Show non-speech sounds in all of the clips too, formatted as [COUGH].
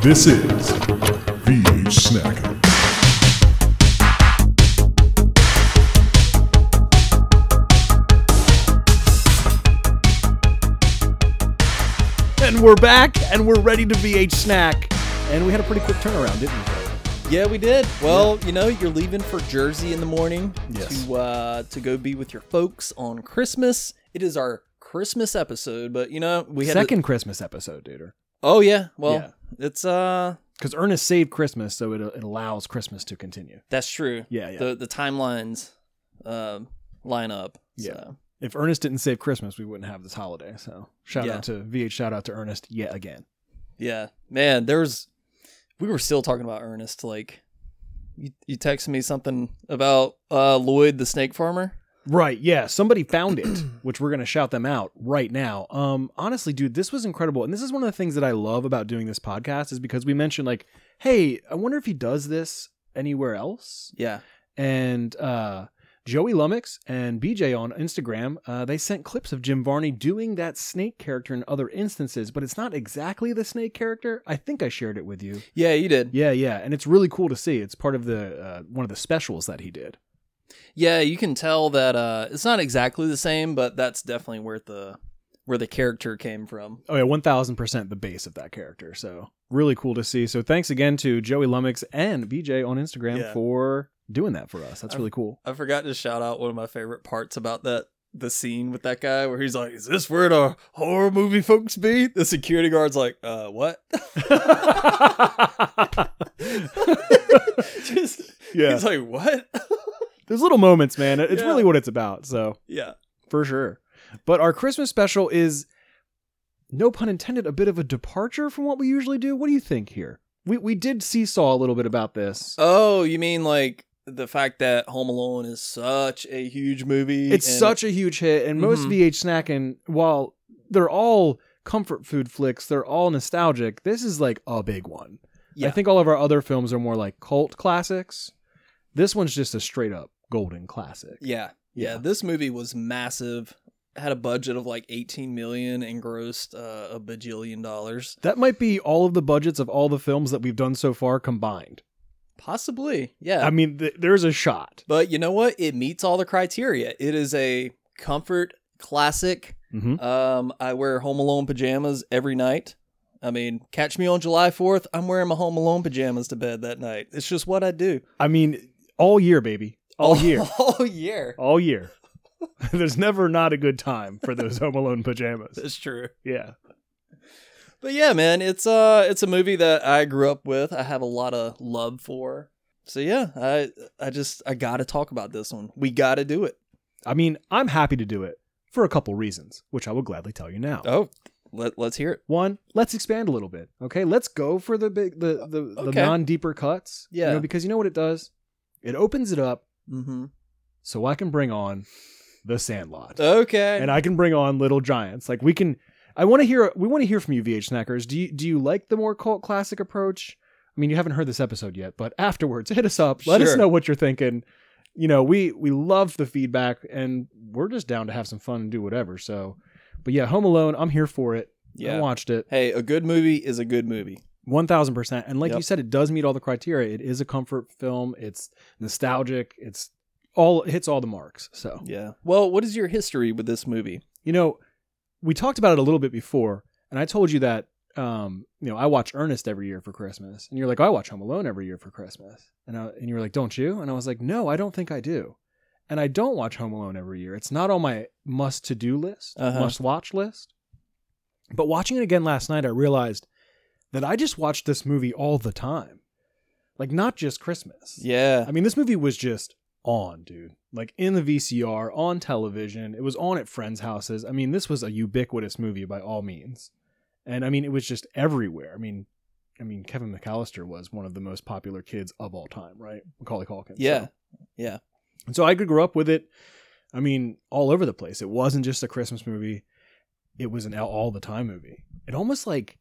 This is VH Snacker. And we're back, and we're ready to VH snack. And we had a pretty quick turnaround, didn't we? Craig? Yeah, we did. Well, you know, you're leaving for Jersey in the morning Yes. to uh, to go be with your folks on Christmas. It is our Christmas episode, but you know we had to- second Christmas episode, dude. oh yeah, well Yeah. it's uh Because Ernest saved Christmas, so it, it allows Christmas to continue. that's true. Yeah, yeah. The the timelines um line up. Yeah. so. if Ernest didn't save Christmas, we wouldn't have this holiday. So shout Yeah. out to VH, shout out to Ernest yet again. Yeah, man, there was. We were still talking about Ernest. Like, you, you texted me something about uh, Lloyd the snake farmer. Right, yeah. Somebody found it, [CLEARS THROAT] which we're gonna shout them out right now. Um, honestly, dude, this was incredible, and this is one of the things that I love about doing this podcast is because we mentioned like, hey, I wonder if he does this anywhere else. Yeah, and uh, Joey Lummox and BJ on Instagram, uh, they sent clips of Jim Varney doing that snake character in other instances, but it's not exactly the snake character. I think I shared [LAUGHS] it with you. yeah, you did. Yeah, yeah, and it's really cool to see. It's part of the uh, one of the specials that he did. Yeah, you can tell that uh, it's not exactly the same, but that's definitely where the where the character came from. Oh yeah, one thousand percent the base of that character. So really cool to see. So thanks again to Joey Lummox and BJ on Instagram Yeah. for doing that for us. That's I- [LAUGHS] really cool. I forgot to shout out one of my favorite parts about that the scene with that guy where he's like, "Is this where the horror movie folks be?" The security guard's like, "Uh, what?" [LAUGHS] Just [LAUGHS] yeah, he's like, "What?" there's little moments, man. It's Yeah. really what it's about. So yeah, for sure. But our Christmas special is, no pun intended, a bit of a departure from what we usually do. What do you think here? We we did seesaw a little bit about this. Oh, you mean like the fact that Home Alone is such a huge movie? it's and- such a huge hit, and most Mhm. VH snacking, while they're all comfort food flicks, they're all nostalgic. This is like a big one. Yeah. I think all of our other films are more like cult classics. This one's just a straight up golden classic. Yeah, yeah. Yeah. This movie was massive. Had a budget of like 18 million and grossed uh, a bajillion dollars. That might be all of the budgets of all the films that we've done so far combined. Possibly, yeah. I mean, th- there's a shot. but you know what? It meets all the criteria. It is a comfort classic. Mm-hmm. Um, I wear Home Alone pajamas every night. I mean, catch me on July 4th. I'm wearing my Home Alone pajamas to bed that night. It's just what I do I mean, all year, baby. Oh. All year. [LAUGHS] all year. All year. [LAUGHS] There's never not a good time for those Home Alone pajamas. That's true. Yeah. But yeah, man, it's uh it's a movie that I grew up with. I have a lot of love for. So yeah, I I just I got to talk about this one. We got to do it. I mean, I'm happy to do it for a couple reasons, which I will gladly tell you now. Oh, let let's hear it. One, let's expand a little bit. Okay, let's go for the big, the the, the Okay. non-deeper cuts. you Yeah. know, because you know what it does? It opens it up Mm-hmm. so I can bring on the Oh, Sandlot. Okay. and I can bring on Little Giants. Like we can. I want to hear. We want to hear from you, VH Snackers. Do you do you like the more cult classic approach? I mean, you haven't heard this episode yet, but afterwards, hit us up. Let us Sure. know what you're thinking. You know, we we love the feedback, and we're just down to have some fun and do whatever. So, but yeah, Home Alone, I'm here for it. I yeah. watched it Hey, a good movie is a good movie. one thousand percent, and like Yep. you said, it does meet all the criteria. It is a comfort film. It's nostalgic. It's all it hits all the marks. So Yeah. Well, what is your history with this movie? You know, we talked about it a little bit before, and I told you that um, you know, I watch Ernest every year for Christmas, and you're like, "Oh, I watch Home Alone every year for Christmas, and I, and you were like, don't you? And I was like, no, I don't think I do, and I don't watch Home Alone every year. It's not on my must to do list, Uh-huh. must watch list. But watching it again last night, I realized that I just watched this movie all the time, like not just Christmas. Yeah. I mean, this movie was just on, dude. Like in the VCR, on television. It was on at friends' houses. I mean, this was a ubiquitous movie by all means. And I mean, it was just everywhere. I mean, I mean, Kevin McAllister was one of the most popular kids of all time, right? Macaulay Culkin. Yeah. So. And so I could grow up with it. I mean, all over the place. It wasn't just a Christmas movie. It was an all the time movie. It almost like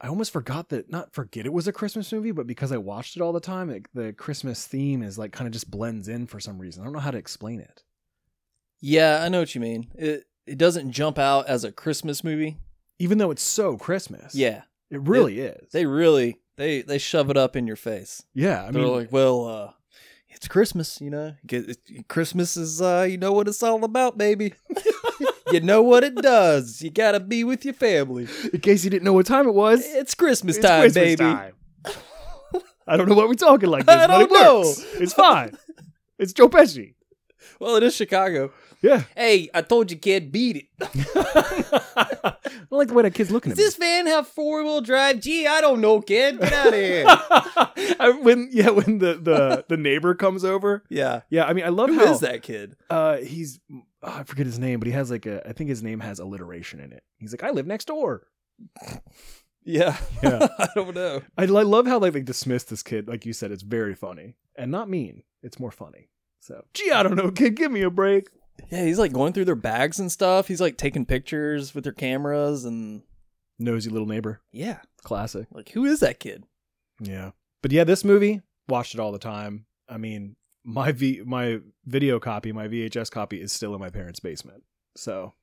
I almost forgot that not forget it was a Christmas movie, but because I watched it all the time, it, the Christmas theme is like kind of just blends in for some reason. I don't know how to explain it. Yeah, I know what you mean. It it doesn't jump out as a Christmas movie. Even though it's so Christmas. Yeah. It really is. They really they they shove it up in your face. yeah, I They're mean, like, well, uh, it's Christmas, you know. Get- it- Christmas is, uh, you know what it's all about, [LAUGHS] baby. you know what it does. You gotta be with your family. in case you didn't know what time it was, It's Christmas it's time, Christmas baby. time. I don't know what we're talking [LAUGHS] like this, I but it don't know. works. It's fine. It's Joe Pesci. Well, it is Chicago. [LAUGHS] Yeah, Hey, I told you, kid, beat it. I don't like the way that kid's looking at Does this van have four wheel drive? Gee, I don't know, kid. Get out of me. [LAUGHS] here. I- when yeah, when the, the the neighbor comes over. [LAUGHS] yeah. Yeah, I mean, I love Who how is that kid? Uh, he's oh, I forget his name, but he has like a I think his name has alliteration in it. He's like, I live next door. Yeah. Yeah. [LAUGHS] I don't know. I, lo- I love how they like dismiss this kid. Like you said, it's very funny and not mean. It's more funny. So, gee, I don't know, kid, give me a break. Yeah, he's like going through their bags and stuff. He's like taking pictures with their cameras and Nosy little neighbor, yeah. classic. Like, who is that kid? Yeah, but yeah, this movie watched it all the time. I mean, my v my video copy, my VHS copy is still in my parents' basement. So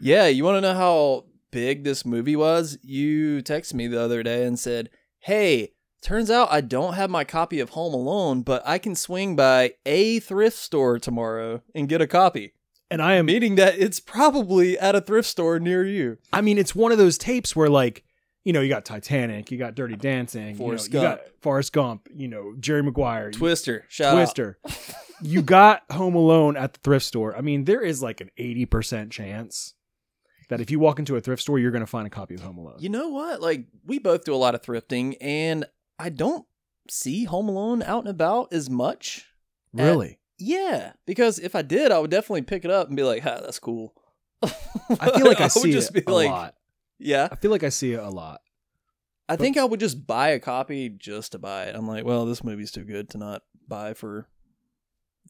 Yeah, you want to know how big this movie was? You texted me the other day and said, "Hey, turns out I don't have my copy of Home Alone, but I can swing by a thrift store tomorrow and get a copy." and I am Meaning that it's probably at a thrift store near you. I mean, it's one of those tapes where like, you know, you got Titanic, you got Dirty Dancing, Forrest you, know, you got Forrest Gump, you know, Jerry Maguire, you- Twister, shout out. Twister. you got Home Alone at the thrift store. I mean, there is like an eighty percent chance that if you walk into a thrift store, you're going to find a copy of Home Alone. You know what? Like we both do a lot of thrifting, and I don't see Home Alone out and about as much. really? Yeah, because if I did, I would definitely pick it up and be like, "Ha, that's cool." I [LAUGHS] feel like I, see it a like, lot. "Yeah." I feel like I see it a lot. I think I would just buy a copy just to buy it. I'm like, well, this movie's too good to not buy for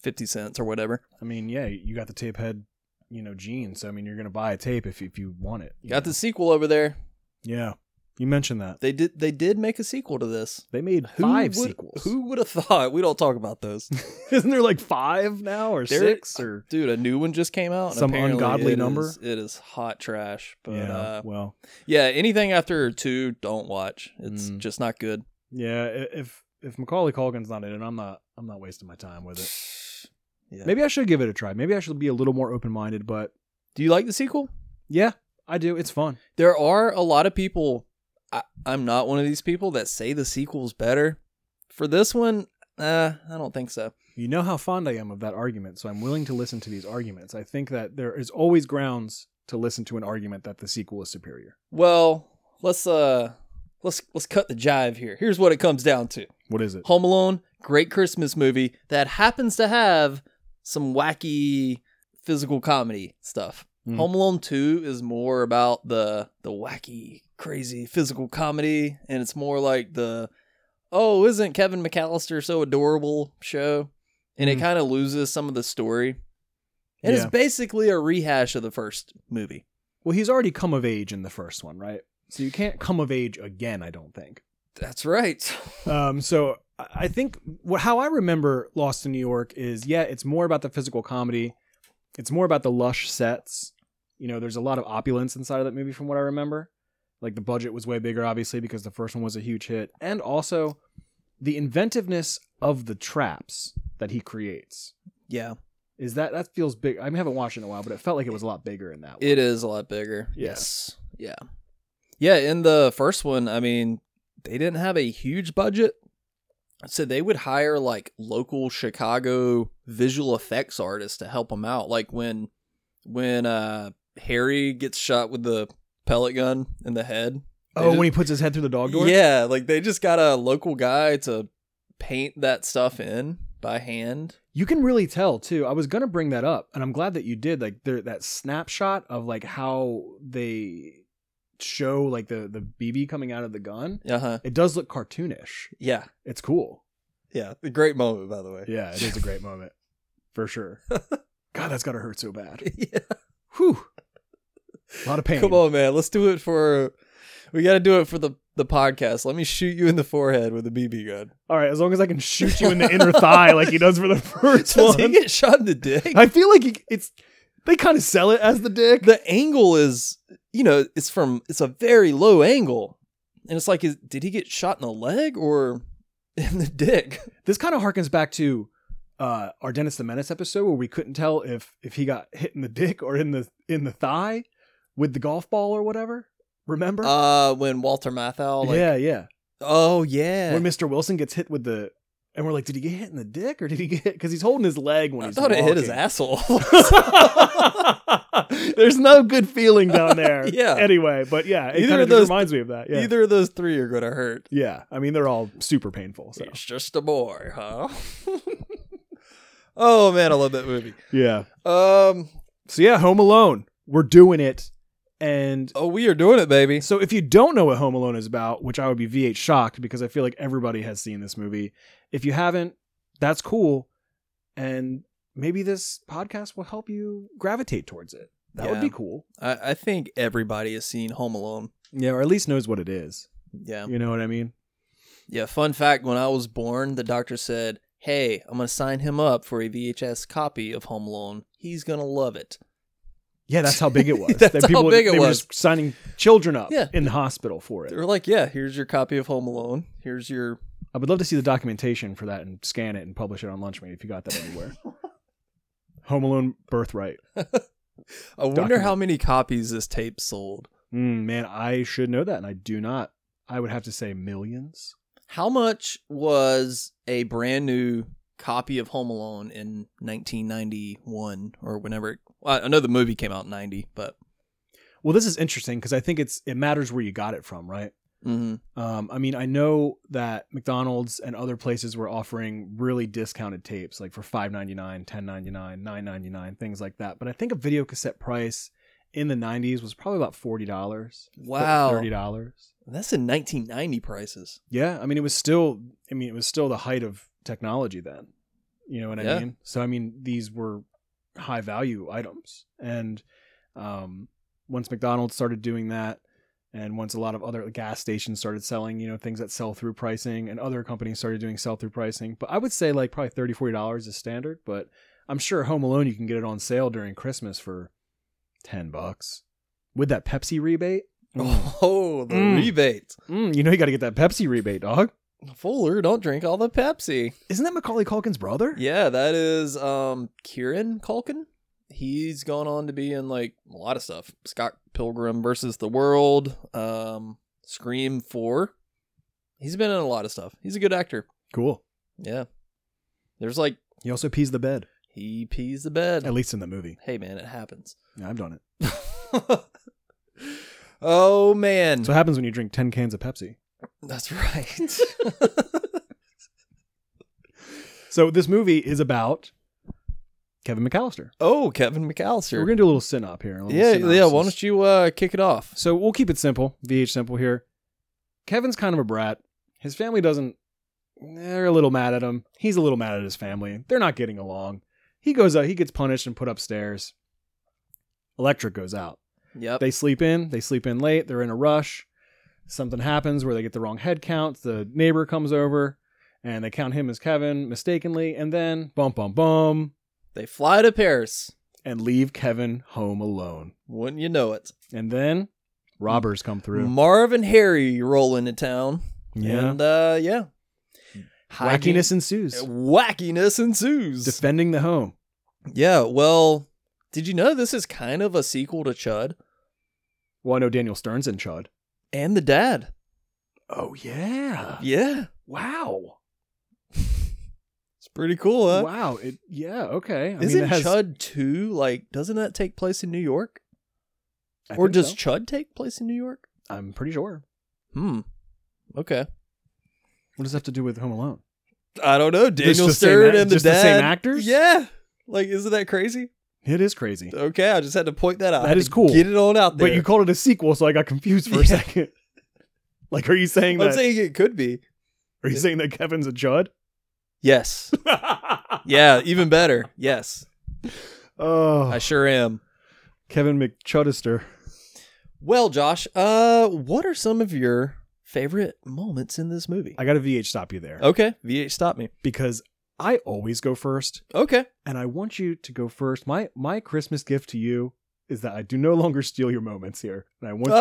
fifty cents or whatever. I mean, yeah, you got the tape head, you know, gene. So I mean, you're going to buy a tape if if you want it. you Got know? the sequel over there. Yeah, you mentioned that They did. They did make a sequel to this. they made Who five would- sequels. Who would have thought? We don't talk about those, [LAUGHS] Isn't there like five now or There- six or dude. A new one just came out. and Some apparently ungodly it number? is- it is hot trash. But yeah, yeah? uh, well, yeah anything after two, don't watch. It's Mm. just not good. yeah. i- If if Macaulay Culkin's not in it, I'm not I'm not wasting my time with it. Yeah. Maybe I should give it a try. Maybe I should be a little more open minded. But Do you like the sequel? yeah, I do. It's fun. there are a lot of people I, i'm not one of these people that say the sequel's better for this one uh, i don't think so You know how fond I am of that argument, so I'm willing to listen to these arguments. I think that there is always grounds to listen to an argument that the sequel is superior. well let's uh let's let's cut the jive here here's what it comes down to What is it? home alone great christmas movie that happens to have some wacky physical comedy stuff Mm. home alone 2 is more about the the wacky crazy physical comedy and it's more like the oh, isn't Kevin McAllister so adorable show? And it Mhm. kind of loses some of the story. And Yeah. it's basically a rehash of the first movie. Well, he's already come of age in the first one, right? So you can't come of age again. I don't think. That's right. Um, so I I think wh- how I remember Lost in New York is yeah, it's more about the physical comedy. It's more about the lush sets. You know, there's a lot of opulence inside of that movie from what I remember. Like the budget was way bigger, obviously, because the first one was a huge hit, and also the inventiveness of the traps that he creates. Yeah, Is that that feels big? I haven't watched it in a while, but it felt like it was a lot bigger in that. One. it is a lot bigger. Yeah. Yes. Yeah. Yeah, in the first one, I mean, they didn't have a huge budget. So they would hire like local Chicago visual effects artists to help them out. Like when when uh Harry gets shot with the pellet gun in the head. they oh, just- when he puts his head through the dog door. Yeah, like they just got a local guy to paint that stuff in by hand. You can really tell too. I was gonna bring that up, and I'm glad that you did. Like there, that snapshot of like how they show like the the BB coming out of the gun. Uh huh. It does look cartoonish. Yeah. It's cool. Yeah. A great moment, by the way. Yeah, it is a great moment for sure. God, that's gotta hurt so bad. [LAUGHS] yeah. Whew. A lot of pain. Come on, man. Let's do it for. We got to do it for the the podcast. Let me shoot you in the forehead with a BB gun. [LAUGHS] All right, as long as I can shoot you in the inner thigh like he does for the first Does he one. get shot in the dick? I feel like he, it's they kind of sell it as the dick. the angle is, you know, it's from it's a very low angle. And it's like, is, did he get shot in the leg or [LAUGHS] in the dick? This kind of harkens back to uh, our Dennis the Menace episode where we couldn't tell if if he got hit in the dick or in the in the thigh with the golf ball or whatever. Remember? Uh, when Walter Matthau, like, yeah, yeah. oh yeah, When Mr. Wilson gets hit with the, and we're like, did he get hit in the dick or did he get? Because he's holding his leg I when he's. thought it hit his walking. asshole. [LAUGHS] [LAUGHS] There's no good feeling down there. [LAUGHS] Yeah. Anyway, but yeah, it Either of kind of those- reminds me of that. Yeah. Either of those three are gonna hurt. Yeah. I mean, they're all super painful. So It's just a boy, huh? [LAUGHS] oh man, I love that movie. yeah. Um, So yeah, Home Alone. We're doing it, and oh, we are doing it, baby. So if you don't know what Home Alone is about, which I would be VH shocked because I feel like everybody has seen this movie. If you haven't, that's cool. And maybe this podcast will help you gravitate towards it. That would Yeah. be cool. I, I think everybody has seen Home Alone. Yeah, or at least knows what it is. Yeah, You know what I mean? yeah. Fun fact: When I was born, the doctor said, "Hey, I'm gonna sign him up for a VHS copy of Home Alone. He's gonna love it." Yeah, that's [LAUGHS] how big it was. That's That how people- big it they were was. just signing children up Yeah. in the hospital for it. They were like, "Yeah, here's your copy of Home Alone. Here's your I would love to see the documentation for that and scan it and publish it on Lunchmate if you got that anywhere. [LAUGHS] Home Alone Birthright. I wonder Document. how many copies this tape sold. Mm, man, I should know that, and I do not. I would have to say millions. How much was a brand new copy of Home Alone in 1991 or whenever? It, well, I know the movie came out in 90, but Well, this is interesting because I think it's it matters where you got it from, right? mhm. Um, I mean, I know that McDonald's and other places were offering really discounted tapes, like for five ninety nine, ten ninety nine, nine ninety nine, things like that. But I think a video cassette price in the nineties was probably about forty dollars, wow, thirty dollars. that's in 1990 prices. Yeah, I mean, it was still, I mean, it was still the height of technology then. You know what I Yeah. mean? So I mean, these were high value items, and um, once McDonald's started doing that, and once a lot of other gas stations started selling, you know, things that sell through pricing, and other companies started doing sell through pricing. But I would say like probably thirty, forty dollars is standard. But I'm sure Home Alone you can get it on sale during Christmas for ten bucks with that Pepsi rebate. Oh, the Mm. rebate. Mm, you know you got to get that Pepsi rebate, dog. Fuller, don't drink all the Pepsi. Isn't that Macaulay Culkin's brother? Yeah, that is um Kieran Culkin. He's gone on to be in like a lot of stuff. Scott Pilgrim versus the World, um, Scream Four. He's been in a lot of stuff. He's a good actor. Cool. Yeah. There's like He also pees the bed, he pees the bed. at least in the movie. Hey man, it happens. [LAUGHS] Yeah, I've done it. oh man. So it happens when you drink 10 cans of Pepsi. That's [LAUGHS] right. [LAUGHS] So this movie is about Kevin McAllister. oh, Kevin McAllister. We're going to do a little synop here. a little yeah, yeah. Why synopsis. don't you uh, kick it off? So we'll keep it simple, VH simple here. Kevin's kind of a brat. His family doesn't, they're a little mad at him. He's a little mad at his family. They're not getting along. He goes out, he gets punished and put upstairs. Electric goes out. Yep. They sleep in. They sleep in late. They're in a rush. Something happens where they get the wrong head count. The neighbor comes over and they count him as Kevin mistakenly. And then bum, bum, bum, They fly to Paris. and leave Kevin home alone. Wouldn't you know it? And then robbers come through. Marv and Harry roll into town. Mm, Yeah. And uh, yeah. Wackiness ensues. Wackiness ensues. Defending the home. yeah. Well, did you know this is kind of a sequel to Chud Well, I know Daniel Stern's in Chud. and the dad? Oh, yeah. Yeah. Wow. It's pretty cool, huh? Wow. It, yeah. Okay. I Isn't mean, it has, Chud 2 like, doesn't that take place in New York? I Or think does so. Chud take place in New York? I'm pretty sure. Hmm. Okay. What does that have to do with Home Alone? I don't know. Daniel the same Stern act- and the just the dad. same actors? Yeah. Like, isn't that crazy? It is crazy. Okay, I just had to point that out. That Had is to cool. Get it on out there. But you called it a sequel, so I got confused for a Yeah. second. [LAUGHS] Like, are you saying I'm that? saying it could be. are you saying that Kevin's [LAUGHS] a Judd? Yes. [LAUGHS] yeah, even better. Yes. oh, I sure am. Kevin McChudister. Well, Josh, uh what are some of your favorite moments in this movie? I got to VH stop you there Okay, VH stop me. because I always go first, Okay. and I want you to go first. My my Christmas gift to you is that I do no longer steal your moments here, and I want you to go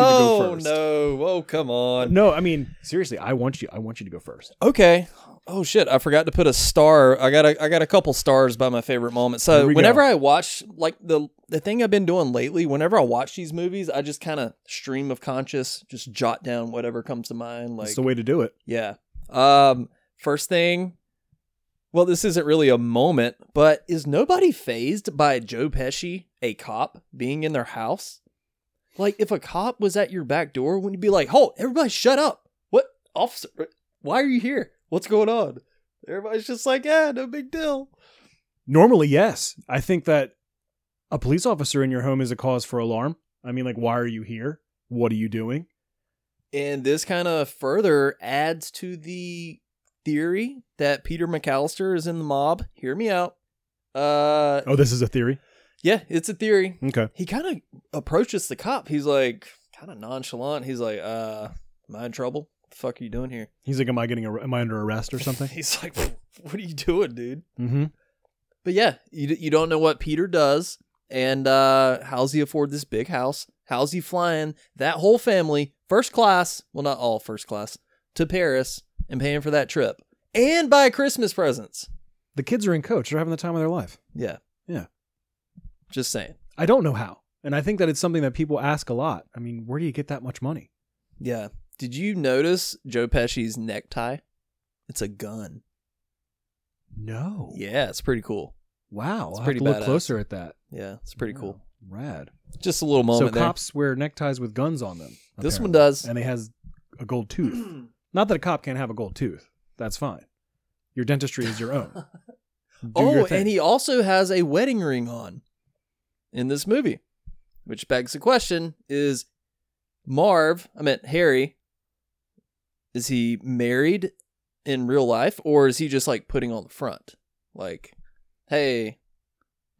Oh first. no! Oh come on! No, I mean seriously, I want you. I want you to go first. Okay. Oh shit! I forgot to put a star. I got a I got a couple stars by my favorite moments. So Here we go. whenever I watch like the the thing I've been doing lately, whenever I watch these movies, I just kind of stream of conscious, just jot down whatever comes to mind. Like That's the way to do it. yeah. Um. First thing. Well, this isn't really a moment, but is nobody phased by Joe Pesci, a cop, being in their house? Like, if a cop was at your back door, wouldn't you be like, "Halt! Everybody, shut up! What officer? Why are you here? What's going on?" Everybody's just like, "Yeah, no big deal." Normally, yes. I think that a police officer in your home is a cause for alarm. I mean, like, why are you here? What are you doing? And this kind of further adds to the theory that Peter McAllister is in the mob. Hear me out. Uh, Oh, this is a theory. yeah, it's a theory. Okay. he kind of approaches the cop. He's like, kind of nonchalant. He's like, uh, am I in trouble? The fuck are you doing here? He's like, am I getting? Ar- am I under arrest or [LAUGHS] something? He's like, what are you doing, dude? mm-hmm. But yeah, you, d- you don't know what Peter does. And uh, how's he afford this big house? How's he flying that whole family, first class, well, not all first class, to Paris and paying for that trip and buy Christmas presents? The kids are in coach. They're having the time of their life. Yeah. Yeah. Just saying. I don't know how, and I think that it's something that people ask a lot. I mean, where do you get that much money? Yeah. Did you notice Joe Pesci's necktie? It's a gun. No. Yeah, it's pretty cool. Wow. It's I'll have pretty to look badass. closer at that. Yeah, it's pretty cool. Wow. Rad. Just a little so moment there. cops wear neckties with guns on them. This one apparently. does. and they has a gold tooth. Not that a cop can't have a gold tooth. That's fine. Your dentistry is your own. Do your oh, thing. and he also has a wedding ring on in this movie, which begs the question: Is Marv? I meant Harry. Is he married in real life, or is he just like putting on the front? Like, hey,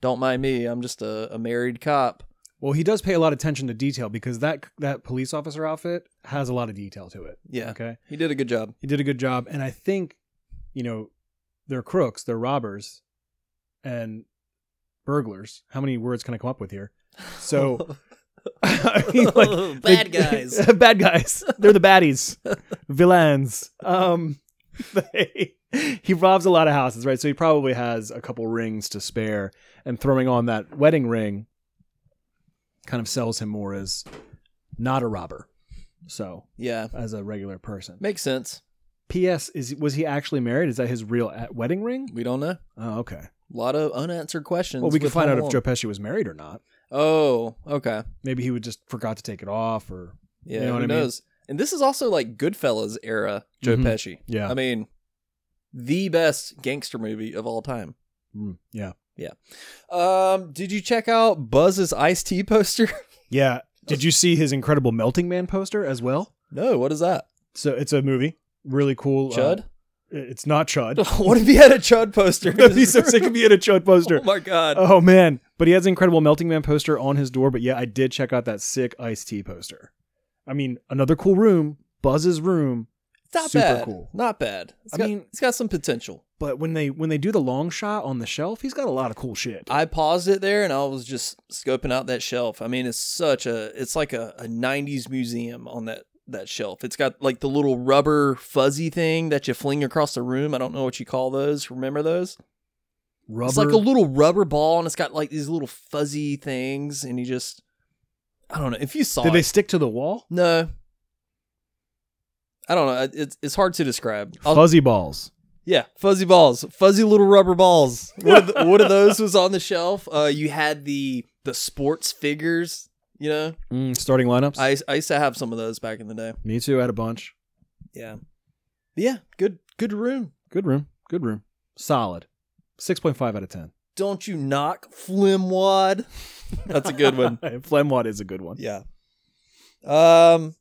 don't mind me. I'm just a, a married cop. well, he does pay a lot of attention to detail because that that police officer outfit has a lot of detail to it. Yeah, Okay, he did a good job. he did a good job, and I think, you know, they're crooks, they're robbers, and burglars. How many words can I come up with here? [LAUGHS] So, [LAUGHS] I mean, like, [LAUGHS] bad They- guys. bad guys. They're [LAUGHS] the baddies. Villains. Um [LAUGHS] they, he robs a lot of houses, right? So he probably has a couple rings to spare and throwing on that wedding ring kind of sells him more as not a robber. So, yeah, as a regular person. makes sense. PS is was he actually married? Is that his real at wedding ring? We don't know. Oh, okay. A lot of unanswered questions. Well, we can with find Home out if Alone. Joe Pesci was married or not. Oh, okay. Maybe he would just forgot to take it off or Yeah, You know who what I mean? knows? And this is also like Goodfellas era Joe Mhm. Pesci. Yeah. I mean, the best gangster movie of all time. Mm, yeah. Um, did you check out Buzz's iced tea poster? [LAUGHS] Yeah. Did you see his incredible Melting Man poster as well? no, what is that? So it's a movie, really cool. uh, [LAUGHS] Chud? [LAUGHS] it's not Chud. [LAUGHS] what if he had a Chud poster? in That'd be his so sick room? if he had a Chud poster. [LAUGHS] Oh my god. Oh man! But he has an incredible Melting Man poster on his door. But yeah, I did check out that sick iced tea poster. I mean, another cool room, Buzz's room. It's not super bad. cool. Not bad. It's I got, mean- it's got some potential. But when they when they do the long shot on the shelf, he's got a lot of cool shit. I paused it there and I was just scoping out that shelf. I mean, it's such a it's like a, a 90s museum on that that shelf. It's got like the little rubber fuzzy thing that you fling across the room. I don't know what you call those. Remember those? Rubber. It's like a little rubber ball and it's got like these little fuzzy things and you just I don't know. If you saw Did it, they stick to the wall? No. I don't know. It's it's hard to describe. I'll- Fuzzy balls. yeah, fuzzy balls, fuzzy little rubber balls. One of, the, one of those was on the shelf. Uh, you had the the sports figures. You know, Mm, starting lineups. I I used to have some of those back in the day. Me too. I had a bunch. Yeah, But yeah, good good room. Good room. Good room. Solid. Six point five out of ten. Don't you knock Flimwad? That's a good [LAUGHS] one. Flemwad is a good one. yeah. Um,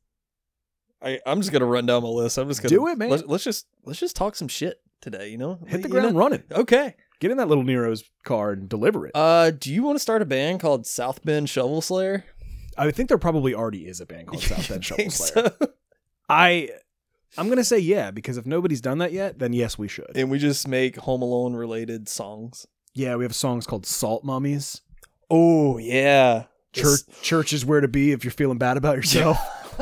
I I'm just gonna run down my list. I'm just gonna Do it, man. Let's, let's just let's just talk some shit today. You know, Hit the You ground know? running. Okay. Get in that little Nero's car and deliver it. Uh, do you want to start a band called South Bend Shovel Slayer? I think there probably already is a [LAUGHS] band called South End Shovel Think Slayer. so? I I'm gonna say yeah, because if nobody's done that yet, then yes we should. and we just make Home Alone related songs. [LAUGHS] yeah, we have songs called Salt Mummies. Oh yeah, Church, church is where to be if you're feeling bad about yourself. [LAUGHS]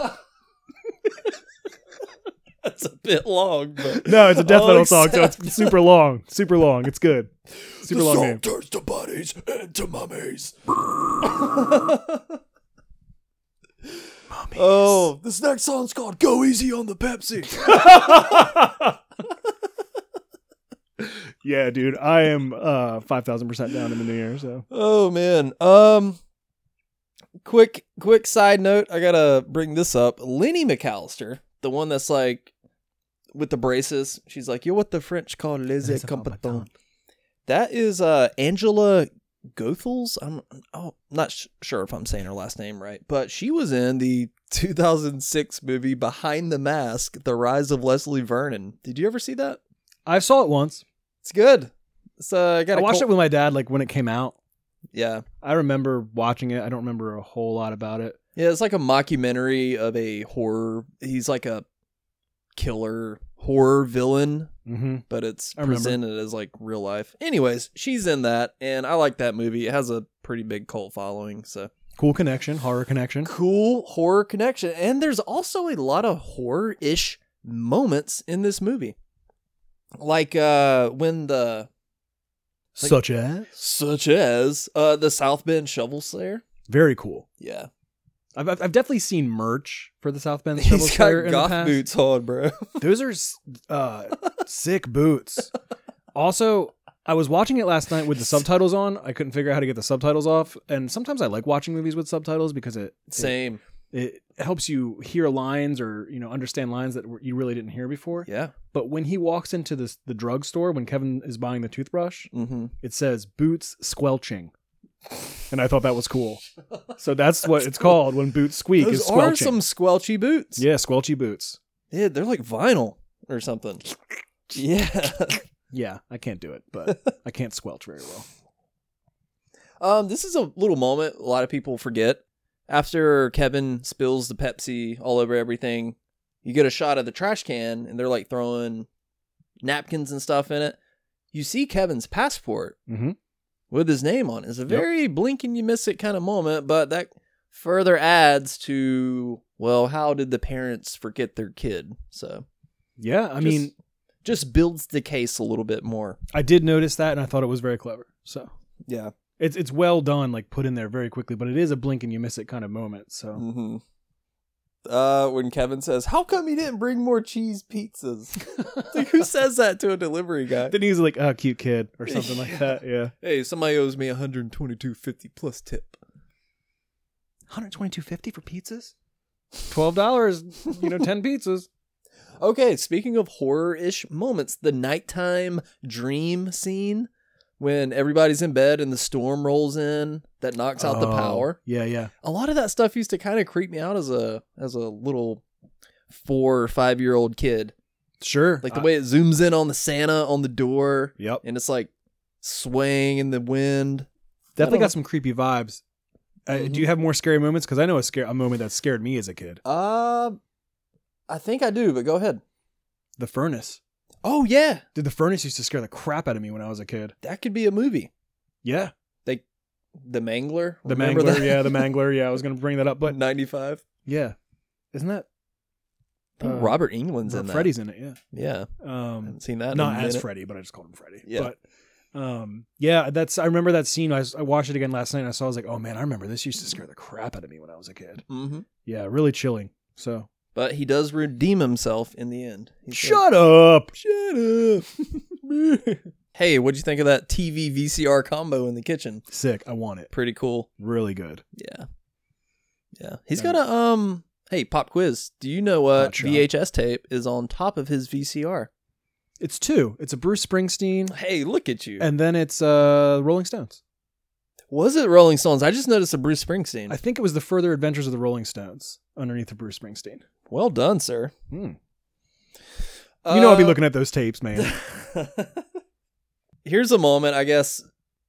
That's a bit long, [LAUGHS] but No, it's a death I'll metal song, so accept- it's super long. Super long. It's good. Super long name. turns to bodies and to [LAUGHS] mummies. Oh, this next song's called "Go Easy on the Pepsi." Yeah, dude. I am uh five thousand percent down in the new year, so Oh man. Um quick quick side note, I got to bring this up. Lenny McAllister, the one that's like with the braces, she's like, "You're what the French call les Les combatants." combattants. That is uh Angela Goethals. I'm oh, not sh- sure if I'm saying her last name right, but she was in the [LAUGHS] 2006 movie Behind the Mask: The Rise of Leslie Vernon. Did you ever see that? I saw it once. It's good. It's uh I got I watched it with my dad like when it came out. Yeah. I remember watching it. I don't remember a whole lot about it. Yeah, it's like a mockumentary of a horror. He's like a killer horror villain, Mm-hmm. but it's I remember. presented as like real life. Anyways, she's in that, and I like that movie. It has a pretty big cult following, so Cool connection, horror connection. cool horror connection. And there's also a lot of horror ish moments in this movie, like uh when the Like- Such as such as uh the South Bend Shovel Slayer. very cool. Yeah, [LAUGHS] I've, I've I've definitely seen merch for the South [LAUGHS] Bend. Shovel he's Slayer got in the goth past. boots on, bro. Those are s- uh, [LAUGHS] sick boots. Also, I was watching it last night with the subtitles on. I couldn't figure out how to get the subtitles off. And sometimes I like watching movies with subtitles because it it, Same. it helps you hear lines or you know understand lines that were- you really didn't hear before. Yeah. But when he walks into this the drugstore when Kevin is buying the toothbrush, Mm-hmm. it says boots squelching. And I thought that was cool. So that's [LAUGHS] what it's called when boots squeak is Those are squelching. some squelchy boots. Yeah, squelchy boots. Yeah, they're like vinyl or something. Yeah. [LAUGHS] Yeah, I can't do it, but I can't squelch very well. um, this is a little moment a lot of people forget. After Kevin spills the Pepsi all over everything, you get a shot of the trash can and they're like throwing napkins and stuff in it. You see Kevin's passport Mm-hmm. with his name on it. It's a very blink and you miss it kind of moment, but that further adds to well, how did the parents forget their kid? So Yeah, I just- mean, just builds the case a little bit more. I did notice that, and I thought it was very clever. So Yeah. it's it's well done, like put in there very quickly, but it is a blink and you miss it kind of moment. So Mm-hmm. Uh, when Kevin says, "How come he didn't bring more cheese pizzas?" It's like, [LAUGHS] who says that to a delivery guy? then he's like, "Oh, cute kid," [LAUGHS] or something like that. Yeah, Hey, somebody owes me 122.50 plus tip. hundred twenty two fifty for pizzas. Twelve dollars, [LAUGHS] you know, ten pizzas. Okay, speaking of horror-ish moments, the nighttime dream scene when everybody's in bed and the storm rolls in that knocks out the Oh, power. Yeah, yeah. A lot of that stuff used to kind of creep me out as a as a little four or five year old kid. Sure. Like the I- way it zooms in on the Santa on the door. Yep. and it's like swaying in the wind. Definitely I don't- got some creepy vibes. Uh, Mhm. Do you have more scary moments? Because I know a scare a moment that scared me as a kid. Uh, I think I do, but go ahead. The furnace. Oh yeah, Dude, the furnace used to scare the crap out of me when I was a kid. that could be a movie. Yeah. The Mangler. The Remember mangler. that? [LAUGHS] Mm. Yeah, the mangler. Yeah, I was gonna bring that up, but ninety-five. yeah, isn't that I think Uh, Robert England's in that. Freddy's in it? Yeah. Yeah, I Um, haven't seen that. in not a as minute. Freddy, but I just called him Freddy. Yeah. But um, yeah, that's I remember that scene. I, s- I watched it again last night. and I saw. I was like, oh man, I remember this used to scare the crap out of me when I was a kid. Mhm. Yeah, really chilling. So But he does redeem himself in the end. He's like, shut up. Shut [LAUGHS] up. hey, what'd you think of that TV VCR combo in the kitchen? Sick. I want it. Pretty cool. Really good. Yeah. Yeah. He's Yeah. got a um hey, pop quiz. Do you know what Hot shot. VHS tape is on top of his VCR? It's two. It's a Bruce Springsteen, Hey, look at you. and then it's uh Rolling Stones. Was it Rolling Stones? I just noticed a Bruce Springsteen. I think it was the Further Adventures of the Rolling Stones underneath the Bruce Springsteen. well done, sir. Hmm. You know I'll be Uh, looking at those tapes, man. [LAUGHS] Here's a moment, I guess,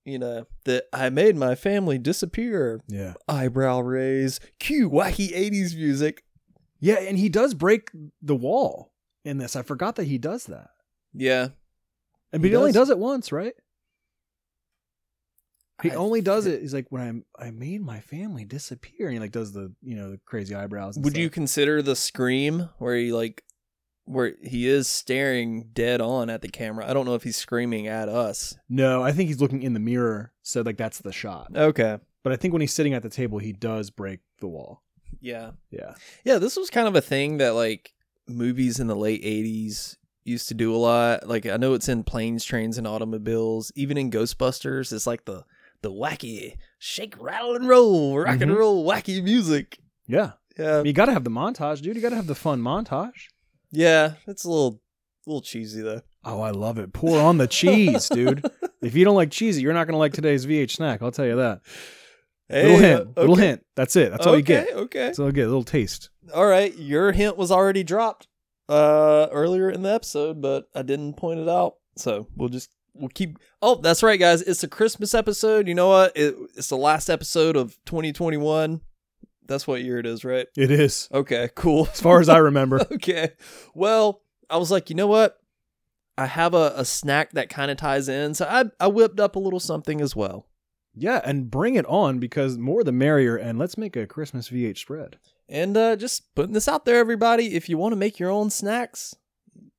you know, that I made my family disappear. yeah. Eyebrow raise, cue wacky 80s music. Yeah, and he does break the wall in this. I forgot that he does that. Yeah. And He but he only does. does it once, right? He I only does thi- it. He's like, when I I made my family disappear, and he like does the you know the crazy eyebrows. And Would you stuff. consider the scream where he like where he is staring dead on at the camera? I don't know if he's screaming at us. No, I think he's looking in the mirror, so like that's the shot. Okay. But I think when he's sitting at the table, he does break the wall. Yeah. Yeah, Yeah, this was kind of a thing that like movies in the late 80s used to do a lot. Like I know it's in planes, trains and automobiles, even in Ghostbusters, it's like the the wacky shake rattle and roll, rock and Mhm. roll wacky music. yeah. I Yeah. mean, you got to have the montage, dude. You got to have the fun montage. Yeah, it's a little little cheesy though. Oh, I love it. Pour on the [LAUGHS] cheese, dude. If you don't like cheesy, you're not gonna like today's VH snack. I'll tell you that. little Hey, hint, uh, little okay. hint. That's it. That's all you okay, get. Okay. That's all you get. A little taste. All right, your hint was already dropped uh earlier in the episode, but I didn't point it out. So, we'll just we'll keep Oh, that's right guys, it's a Christmas episode. You know what? It, it's the last episode of 2021. That's what year it is, right? It is, Okay, [LAUGHS] cool. as far as [LAUGHS] I remember. okay. Well, I was like, "You know what? I have a, a snack that kind of ties in." So, I I whipped up a little something as well. yeah, and bring it on because more the merrier. And let's make a Christmas VH spread. And uh, just putting this out there, everybody, if you want to make your own snacks,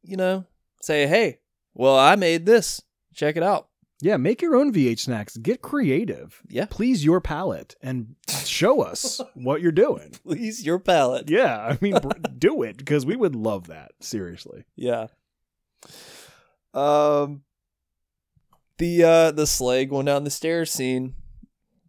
you know, say, hey, well, I made this. Check it out. [LAUGHS] Yeah, make your own VH snacks. Get creative. Yeah. please your palate and [LAUGHS] show us what you're doing. Please, your palate. Yeah, I mean, [LAUGHS] br- do it because we would love that. Seriously. Yeah. Um, the uh, the sleigh going down the stairs scene,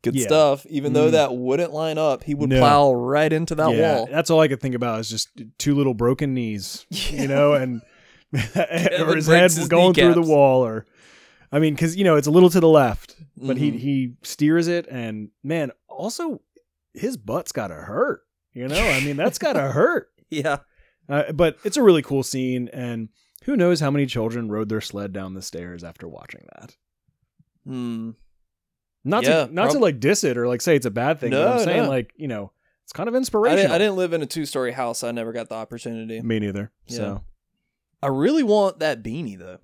good Yeah. stuff. Even though Mm. that wouldn't line up, he would No. plow right into that Yeah, wall. [LAUGHS] That's all I could think about is just two little broken knees, you know, and [LAUGHS] or his head breaks his going through the kneecaps. wall, or I mean, because you know it's a little to the left, but Mhm. he he steers it, and man, also his butt's gotta hurt, you know. I mean, [LAUGHS] that's gotta hurt. yeah, Uh, but it's a really cool scene, and who knows how many children rode their sled down the stairs after watching that. Hmm. Not Yeah, to not to prob- like diss it or like say it's a bad thing. but I'm No, saying no. like you know it's kind of I, inspirational. didn't, I didn't live in a two story house. I never got the opportunity. Me neither. Yeah. So I really want that beanie though,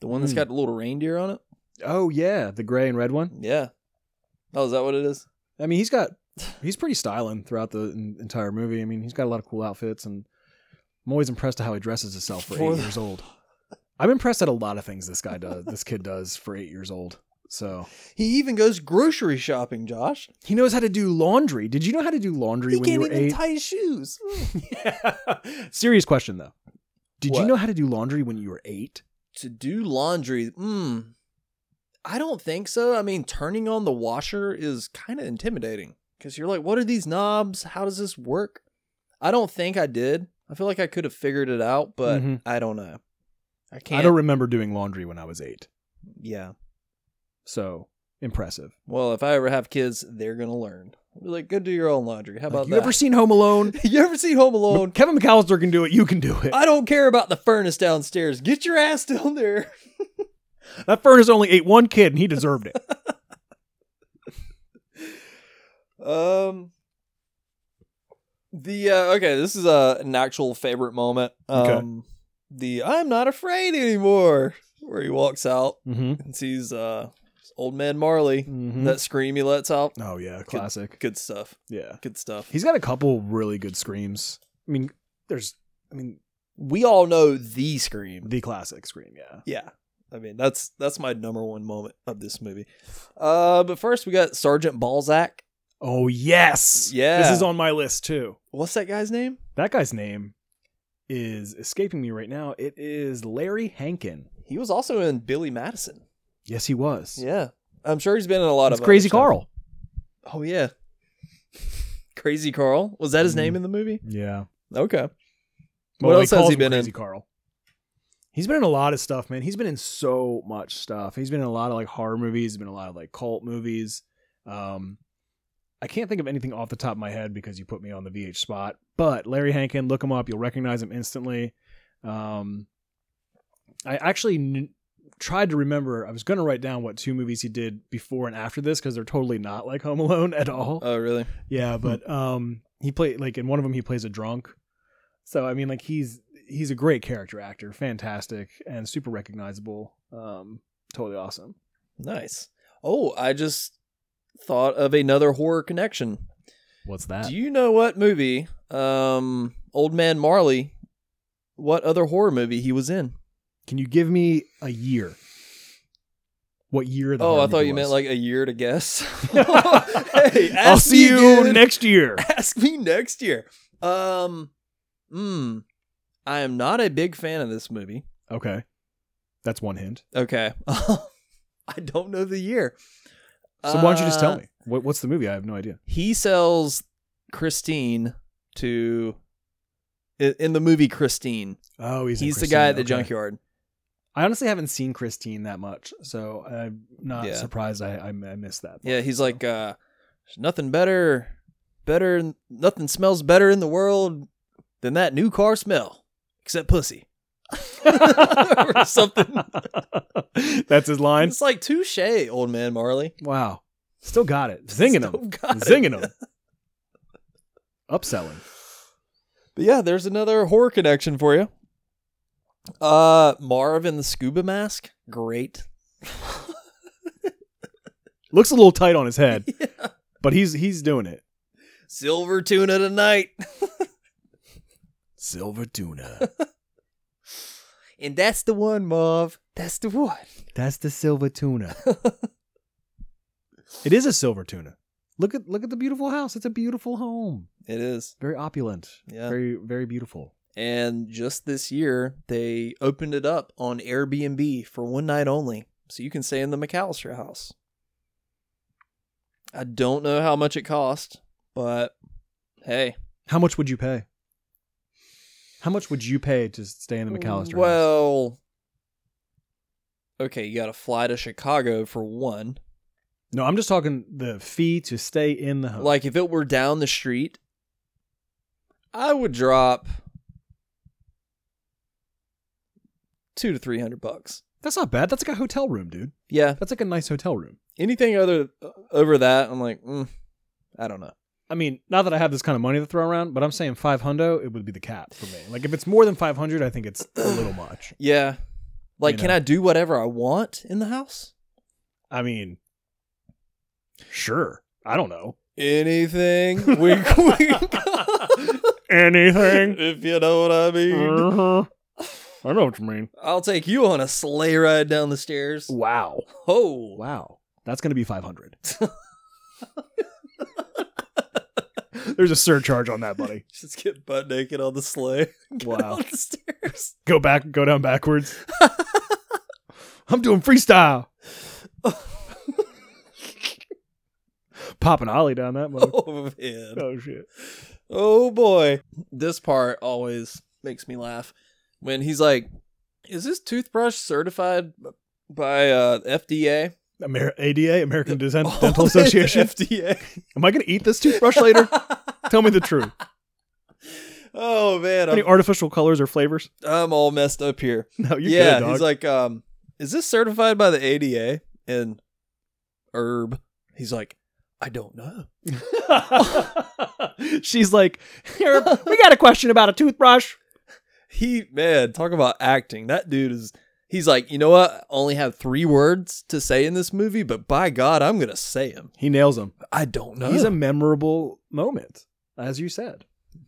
the one that's Mm. got the little reindeer on it. oh yeah, the gray and red one. Yeah. Oh, is that what it is? I mean, he's got he's pretty styling throughout the en- entire movie. I mean, he's got a lot of cool outfits, and I'm always impressed at how he dresses himself for For eight the- years old. I'm impressed at a lot of things this guy does, this kid does for eight years old. So He even goes grocery shopping, Josh. he knows how to do laundry. Did you know how to do laundry He when you can't were even eight? tie his shoes. [LAUGHS] [LAUGHS] Serious question though. Did you What? know how to do laundry when you were eight? to do laundry, mm, I don't think so. I mean, turning on the washer is kind of intimidating because you're like, what are these knobs? How does this work? I don't think I did. I feel like I could have figured it out, but Mhm. I don't know. I can't. I don't remember doing laundry when I was eight. yeah. So impressive. Well, if I ever have kids, they're gonna learn. I'll be like, go do your own laundry. How Like, about you that? [LAUGHS] ever seen Home Alone? you ever seen Home Alone? Kevin McAllister can do it. You can do it. I don't care about the furnace downstairs. Get your ass down there. That furnace only ate one kid, and he deserved [LAUGHS] it. Um the uh okay, this is uh, an actual favorite moment. Um Okay. the I'm not afraid anymore where he walks out Mm-hmm. and sees uh old man Marley. That scream he lets out. Oh yeah, classic. Good stuff. Yeah, Good stuff. he's got a couple really good screams. I mean, there's, I mean, We all know the scream. the classic scream. Yeah, Yeah. I mean, that's that's my number one moment of this movie. Uh but first we got Sergeant Balzac. oh yes, Yeah. This is on my list too. What's that guy's name? That guy's name is escaping me right now. It is Larry Hankin. He was also in Billy Madison. Yes, he was. Yeah. I'm sure he's been in a lot It's of Crazy other stuff. Carl. Oh yeah. [LAUGHS] Crazy Carl. Was that his Mm. name in the movie? Yeah. Okay. Well, else has calls he him been Crazy in? Carl. He's been in a lot of stuff, man. He's been in so much stuff. He's been in a lot of like horror movies. He's been in a lot of like cult movies. Um, I can't think of anything off the top of my head because you put me on the VH spot. But Larry Hankin, look him up. You'll recognize him instantly. Um, I actually kn- tried to remember. I was going to write down what two movies he did before and after this because they're totally not like Home Alone at all. Oh really? Yeah, but um, he played like in one of them he plays a drunk. So I mean, like he's he's a great character actor, fantastic and super recognizable. Um, totally awesome. Nice. Oh, I just thought of another horror connection. What's that? Do you know what movie, um, Old Man Marley, what other horror movie he was in? Can you give me a year? What year? The oh, I horror thought movie you meant was? [LAUGHS] like [LAUGHS] a year to guess. Hey, hey, I'll see you next. next year. [LAUGHS] ask me next year. Um, mm, I am not a big fan of this movie. Okay, that's one hint. Okay, [LAUGHS] I don't know the year. So why don't you just Uh, tell me what, what's the movie? I have no idea. He sells Christine to i- in the movie Christine. Oh, he's He's, in the guy Christine, at the okay. junkyard. I honestly haven't seen Christine that much, so I'm not Yeah. surprised I, I I missed that. Yeah, he's like, uh, "There's nothing better, better, nothing smells better in the world than that new car smell, except pussy, or something. [LAUGHS] That's his line. It's like touche, old man Marley. Wow, still got [LAUGHS] it. Zinging him, Still got it. zinging him, upselling. But yeah, there's another horror connection for you. Uh, Marv in the scuba mask. Great. Looks a little tight on [LAUGHS] his head, but he's he's doing it. Silver tuna tonight. [LAUGHS] [LAUGHS] Silver tuna. And that's the one, Marv. That's the one. That's the [LAUGHS] silver tuna. it is a silver tuna. Look at look at the beautiful house. It's a beautiful home. It is. Very opulent. Yeah. Very very beautiful. And just this year, they opened it up on Airbnb for one night only. So you can stay in the McAllister house. I don't know how much it cost, but hey. How much would you pay? How much would you pay to stay in the McAllister? house? Well, okay, you got to fly to Chicago for one. no, I'm just talking the fee to stay in the home. Like if it were down the street, I would drop two to three hundred bucks. that's not bad. That's like a hotel room, dude. Yeah, That's like a nice hotel room. anything other uh, over that, I'm like, mm, I don't know. I mean, not that I have this kind of money to throw around, but I'm saying five hundo, it would be the cap for me. Like if it's more than five hundred, I think it's a little much. Yeah, like, You can know. I do whatever I want in the house? I mean, sure. I don't know. [LAUGHS] Anything, [LAUGHS] wink, wink. Anything. if you know what I mean. I know what you mean. I'll take you on a sleigh ride down the stairs. Wow. Oh, Wow. That's going to be 500. [LAUGHS] There's a surcharge on that, buddy. just get butt naked on the sleigh. [LAUGHS] Wow. on the [LAUGHS] stairs. Go back, go down backwards. [LAUGHS] I'm doing freestyle. [LAUGHS] Popping Ollie down that mother. Oh man. Oh, shit. Oh boy. This part always makes me laugh when he's like, "Is this toothbrush certified b- by uh FDA?" Amer- ADA, American [LAUGHS] Desen- Oh, [LAUGHS] Dental it's Association. FDA. Am I going to eat this toothbrush [LAUGHS] later? Tell me the truth. oh man. Any I'm, artificial colors or flavors? [LAUGHS] I'm all messed up here. No, you're yeah, good, dog. he's like, um, "Is this certified by the ADA?" And herb, he's like, "I don't know." [LAUGHS] She's like, "Here, we got a question about a toothbrush. He man, talk about acting. That dude is he's like, you know what? I only have three words to say in this movie, but by God, I'm gonna say them. He nails him. I don't know. He's a memorable moment, as you said.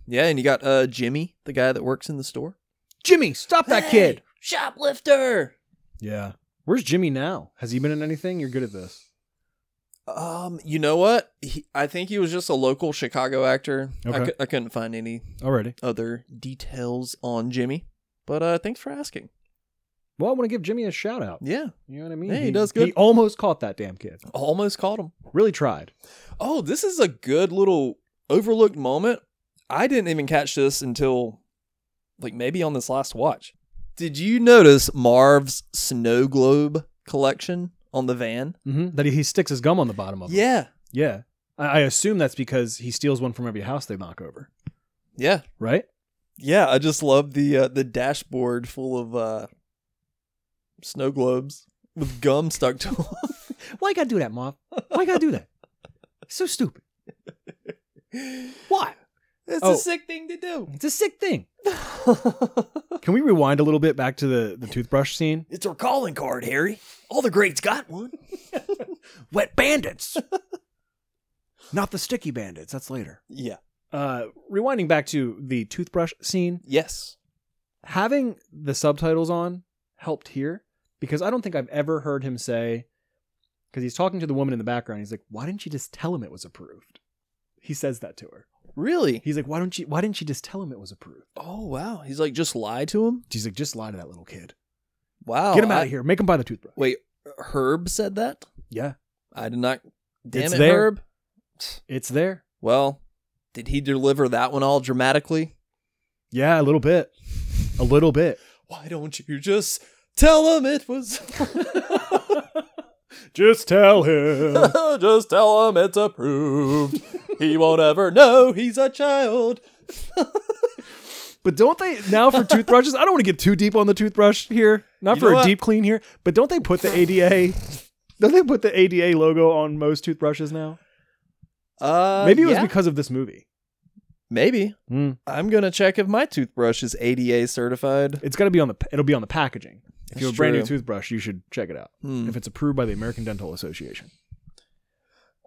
yeah, and you got uh Jimmy, the guy that works in the store. Jimmy, stop that kid. Shoplifter. Yeah. Where's Jimmy now? Has he been in anything? You're good at this. Um, you know what? He, I think he was just a local Chicago actor. I Okay. cou- I couldn't find any Already. other details on Jimmy, but uh, thanks for asking. Well, I want to give Jimmy a shout out. Yeah, You know what I mean? Yeah, he does good. He almost caught that damn kid. almost caught him. Really tried. Oh, this is a good little overlooked moment. I didn't even catch this until like maybe on this last watch. Did you notice Marv's snow globe collection on the van? Mm-hmm. That he, he sticks his gum on the bottom of it. Yeah. Yeah. I, I assume that's because he steals one from every house they knock over, Yeah. right? Yeah, I just love the uh, the dashboard full of uh snow globes with gum stuck to them. Why you gotta do that, Mom? Why you gotta do that? It's so stupid. Why? [LAUGHS] It's Oh. a sick thing to [LAUGHS] do. It's a sick thing. Can we rewind a little bit back to the, the toothbrush scene? it's our calling card, Harry. All the greats got one. Wet bandits. Not the sticky bandits. That's later. [LAUGHS] Yeah. Uh, rewinding back to the toothbrush scene, Yes. having the subtitles on helped here because I don't think I've ever heard him say, because he's talking to the woman in the background. He's like, "Why didn't you just tell him it was approved?" He says that to her. Really? He's like, "Why don't you? Why didn't you just tell him it was approved?" Oh wow. He's like just lie to him. She's like, "Just lie to that little kid. Wow. Get him out I- of here. Make him buy the toothbrush." Wait, Herb said that? Yeah, I did not. Damn It's it, there. Herb. it's there. Well, did he deliver that one all dramatically? Yeah, a little bit, a little bit. Why don't you just tell him it was? [LAUGHS] Just tell [LAUGHS] him. just tell him it's approved. he won't ever know he's a child. but don't they now for toothbrushes? I don't want to get too deep on the toothbrush here. Not You for know a what? deep clean here. But don't they put the ADA? Don't they put the ADA logo on most toothbrushes now? Uh, Maybe it was yeah, Hmm. because of this movie. maybe. I'm gonna check if my toothbrush is ADA certified. It's got to be on the. It'll be on the packaging. If you have That's a brand new true. toothbrush, you should check it out. Hmm. If it's approved by the American Dental Association.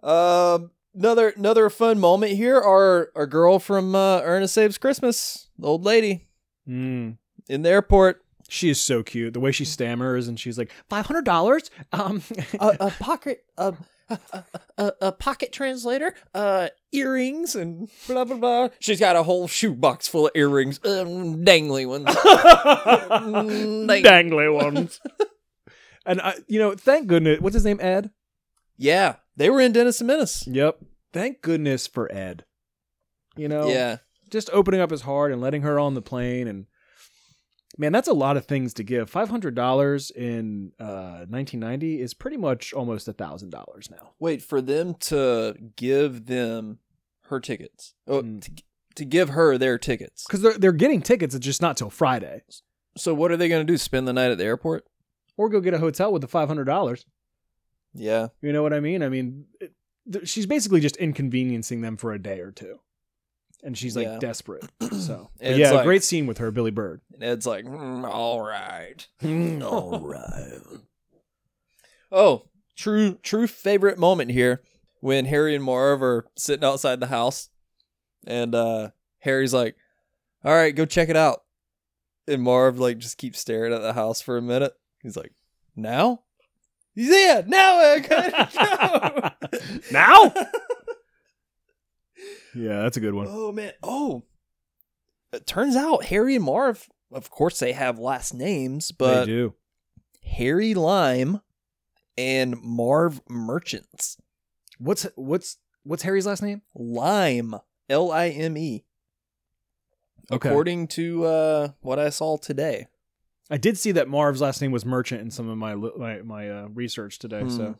Um, another another fun moment here. Our our girl from uh, Ernest Saves Christmas, the old lady Hmm. in the airport. She is so cute. The way she stammers and she's like five hundred dollars. Um, a, a pocket a, a, a, a pocket translator uh earrings and blah blah blah she's got a whole shoebox full of earrings um, dangly ones [LAUGHS] Mm, dang- [LAUGHS] dangly ones. and I, you know, thank goodness. What's his name? Ed. yeah they were in dennis and menace Yep. Thank goodness for Ed. You know, yeah just opening up his heart and letting her on the plane and man, that's a lot of things to give. Five hundred dollars in uh, nineteen ninety is pretty much almost a thousand dollars now. wait for them to give them her tickets oh, Mm. to, to give her their tickets Because they're they're getting tickets, it's just not till Friday. so what are they gonna do spend the night at the airport Or go get a hotel with the five hundred dollars. yeah You know what I mean? I mean, it, th- she's basically just inconveniencing them for a day or two, and she's like Yeah. [CLEARS THROAT] desperate. So But It's yeah, like- great scene with her, Billy Bird. and ed's like "Mm, all right [LAUGHS] [LAUGHS] All right. Oh, true, true favorite moment here when Harry and Marv are sitting outside the house, and uh, Harry's like, "All right, go check it out," and Marv like just keeps staring at the house for a minute. He's like, "Now." He's yeah, now I gotta go. now? Yeah, that's a good one. [LAUGHS] oh man. Oh. It turns out Harry and Marv, of course they have last names, but they do. Harry Lime and Marv Merchants. What's what's what's Harry's last name? Lime, L I M E, according to uh, what I saw today. I did see that Marv's last name was Merchant in some of my li- my, my uh, research today. Hmm. So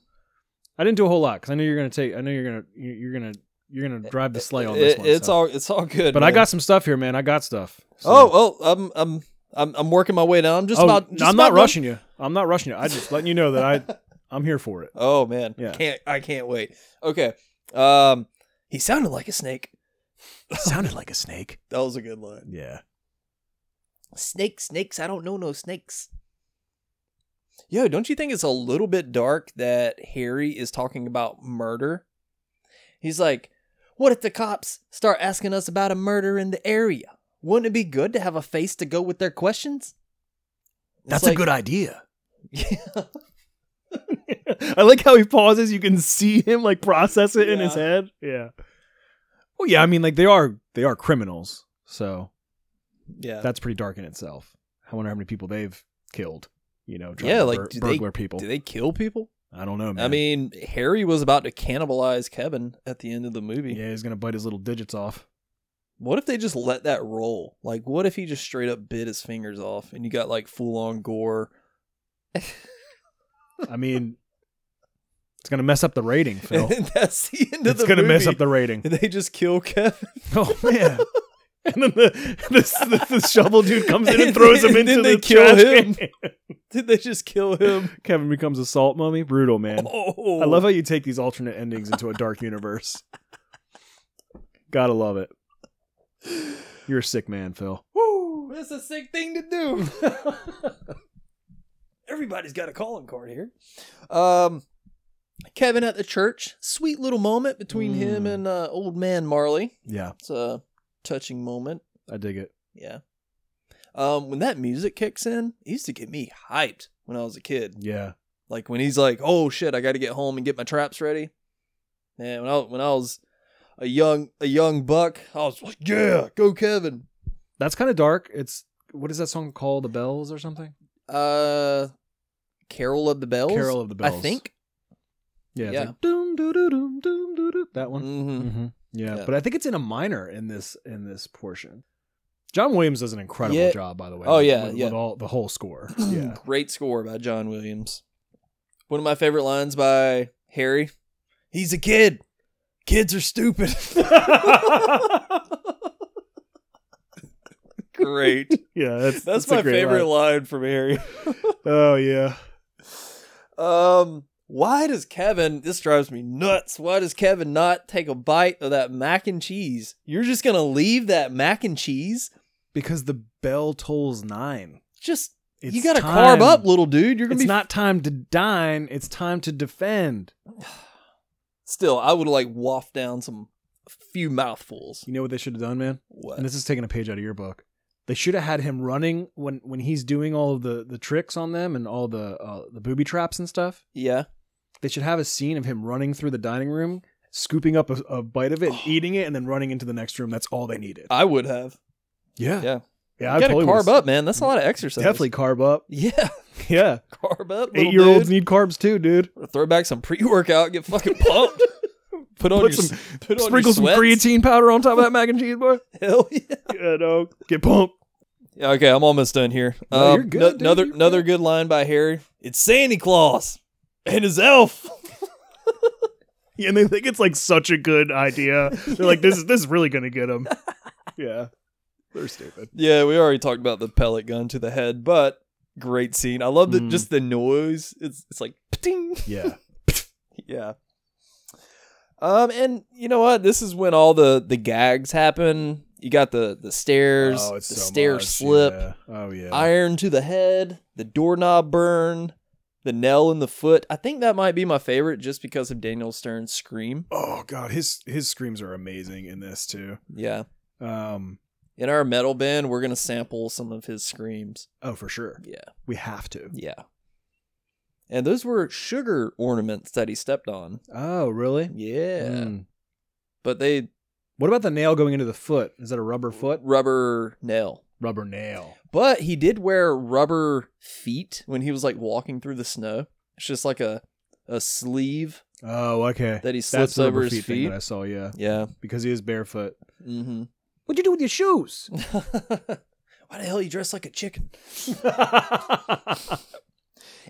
I didn't do a whole lot because I know you're gonna take. I know you're gonna you- you're gonna you're gonna drive the sleigh on this It- one. it's so. all it's all good. But I man. got some stuff here, man. I got stuff. So- oh oh I'm I'm I'm I'm working my way down. I'm just Oh, about. no, Just I'm about not done. rushing you. I'm not rushing you. I just letting you know that I I'm here for it. [LAUGHS] Oh man, Yeah. can't I can't wait. Okay, um, he sounded like a snake. [LAUGHS] Sounded like a snake. That was a good line. Yeah. Snakes, snakes. I don't know no snakes. Yo, don't you think it's a little bit dark that Harry is talking about murder? He's like, what if the cops start asking us about a murder in the area? Wouldn't it be good to have a face to go with their questions? It's like- idea. [LAUGHS] Yeah. [LAUGHS] I like how he pauses. You can see him like process it in his Yeah. head. Yeah. Well, yeah. I mean, like they are they are criminals, so yeah. that's pretty dark in itself. I wonder how many people they've killed. You know, Yeah, yeah, like, like do they- burglar people. Do they kill people? I don't know, Oh, man. I mean, Harry was about to cannibalize Kevin at the end of the movie. yeah, he's gonna bite his little digits off. What if they just let that roll? Like, what if he just straight up bit his fingers off and you got like full on gore? I mean, [LAUGHS] it's gonna mess up the [LAUGHS] rating, Phil. And that's the end of it's the gonna mess movie. up the [LAUGHS] rating. And they just kill Kevin. [LAUGHS] Oh man. And then the, the, the, the shovel dude comes [LAUGHS] in and throws him And then into they the kill trash him. can. [LAUGHS] Did they just kill him? Kevin becomes a salt mummy. Brutal, man. Oh, [LAUGHS] I love how you take these alternate endings into a [LAUGHS] dark universe. Gotta love it. You're a sick man, Phil. Woo, that's a sick thing to [LAUGHS] do. Everybody's got a calling card here. Um, Kevin at the church. Sweet little moment between him Mm. and uh, old man Marley. Yeah, It's a touching moment. I dig it. Yeah. Um, when that music kicks in, it used to get me hyped when I was a kid. Yeah, Like when he's like, "Oh shit, I got to get home and get my traps ready." Man, when I when I was a young a young buck, I was like, "Yeah, go Kevin." that's kind of dark. It's what is that song called? The Bells or something? Uh, Carol of the Bells. Carol of the Bells. I think. Yeah. It's Yeah. Like, doom doo doo doom doom doo doo. That one. Mm-hmm. Mm-hmm. Yeah, Yeah. but I think it's in a minor in this in this portion. John Williams does an incredible Yeah. job, by the way. Oh, with- yeah, with, yeah. with all the [LAUGHS] whole score. yeah, [CLEARS THROAT] Great score by John Williams. One of my favorite lines by Harry. He's a kid. Kids are stupid. [LAUGHS] Great. yeah, That's my favorite line from Harry. Oh yeah, Um, why does Kevin? This drives me nuts. Why does Kevin not take a bite of that mac and cheese? You're just gonna leave that mac and cheese? because the bell tolls nine. Just It's you gotta time- carb up, little dude. You're gonna It's be not time to dine. It's time to defend. Still, I would like waft down some a few mouthfuls. You know what they should have done, man? What? And this is taking a page out of your book. They should have had him running when when he's doing all of the the tricks on them and all the uh, the booby traps and stuff. yeah. They should have a scene of him running through the dining room, scooping up a, a bite of [GASPS] it, and eating it, and then running into the next room. That's all they needed. I would have. yeah, Uh, yeah. yeah. you I gotta totally carb would've- up, man. That's a lot of exercise. Definitely carb up. [LAUGHS] Yeah. [LAUGHS] Yeah, Carb up. eight little year olds dude. need carbs too, dude. Throw back some pre workout. Get [LAUGHS] fucking pumped. put on your Put some- s- put on Sprinkle your some sweats. creatine powder on top of that mac and cheese, boy. [LAUGHS] Hell [LAUGHS] yeah. yeah, no, get pumped. Yeah, okay, I'm almost done here. No, Um, you're good, no- dude, another you're another good line by Harry. It's Santa Claus and his [LAUGHS] elf. Yeah, [LAUGHS] and they think it's like such a good idea. They're like, this is this is really gonna [LAUGHS] get them. Yeah, they're stupid. yeah, we already talked about the pellet gun to the head, but great scene. I love that Mm. just the noise. It's it's like ding. [LAUGHS] Yeah, Yeah. Um, and you know what? This is when all the the gags happen. You got the the stairs, the stair slip, Oh yeah, iron to the head, the doorknob burn, the nail in the foot. I think that might be my favorite, just because of Daniel Stern's scream. oh god, his his screams are amazing in this too. Yeah. Um, In our metal bin, we're gonna sample some of his screams. oh for sure, Yeah. we have to. Yeah. And those were sugar ornaments that he stepped on. Oh really? Yeah. Mm. But they What about the nail going into the foot? Is that a rubber foot? rubber nail. Rubber nail. But he did wear rubber feet when he was like walking through the snow. It's just like a a sleeve Oh okay. that he That's slips the over rubber his feet feet. thing that I saw. Yeah, Yeah. because he is barefoot. Mm-hmm. [LAUGHS] What'd you do with your [LAUGHS] shoes? Why the hell you dress like a chicken? Mm-hmm.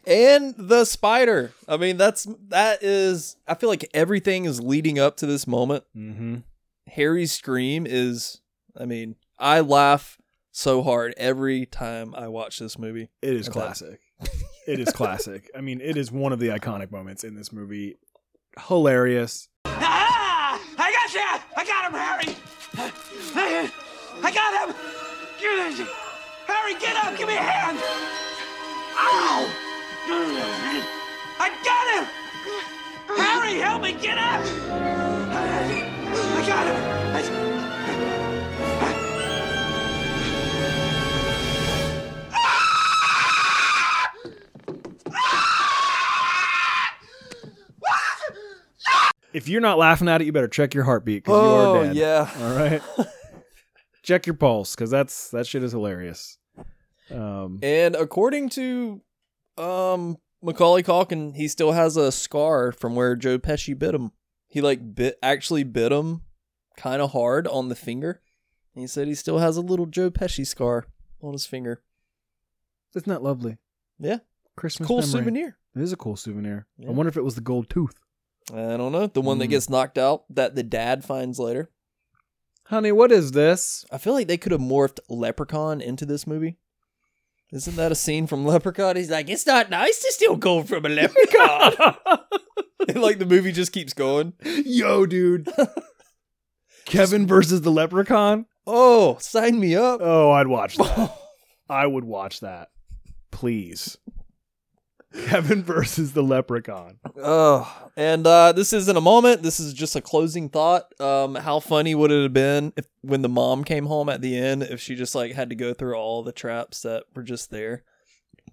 and the spider. I mean, that's that is. I feel like everything is leading up to this moment. mm-hmm. Harry's scream is. I mean, I laugh so hard every time I watch this movie. It is Okay. classic. it is classic. I mean, it is one of the iconic moments in this movie. Hilarious. Ah! I got you! I got him, Harry! I got him! Get it! Harry, get up! Give me a hand! Ow! I got him! Harry, help me get up! I got him! I- Ah! Ah! Ah! If you're not laughing at it, you better check your heartbeat because you are dead. Oh, yeah. All right. [LAUGHS] check your pulse because that's that shit is hilarious. Um. And according to, um, Macaulay Calkin, he still has a scar from where Joe Pesci bit him. He like bit actually bit him kind of hard on the finger. And he said he still has a little Joe Pesci scar on his finger. Isn't that lovely? Yeah. Christmas cool memory. souvenir. It is a cool souvenir. Yeah. I wonder if it was the gold tooth. I don't know. The one that Mm. gets knocked out that the dad finds later. Honey, what is this? [LAUGHS] I feel like they could have morphed Leprechaun into this movie. Isn't that a scene from Leprechaun? He's like, it's not nice to steal gold from a leprechaun. and, [LAUGHS] like the movie just keeps going. [LAUGHS] Yo, dude. Kevin versus the leprechaun. Oh, sign me up. [LAUGHS] Oh, I'd watch that. I would watch that. Please. Kevin versus the Leprechaun. Oh, and uh, this isn't a moment. This is just a closing thought. Um, how funny would it have been if when the mom came home at the end, if she just like had to go through all the traps that were just there?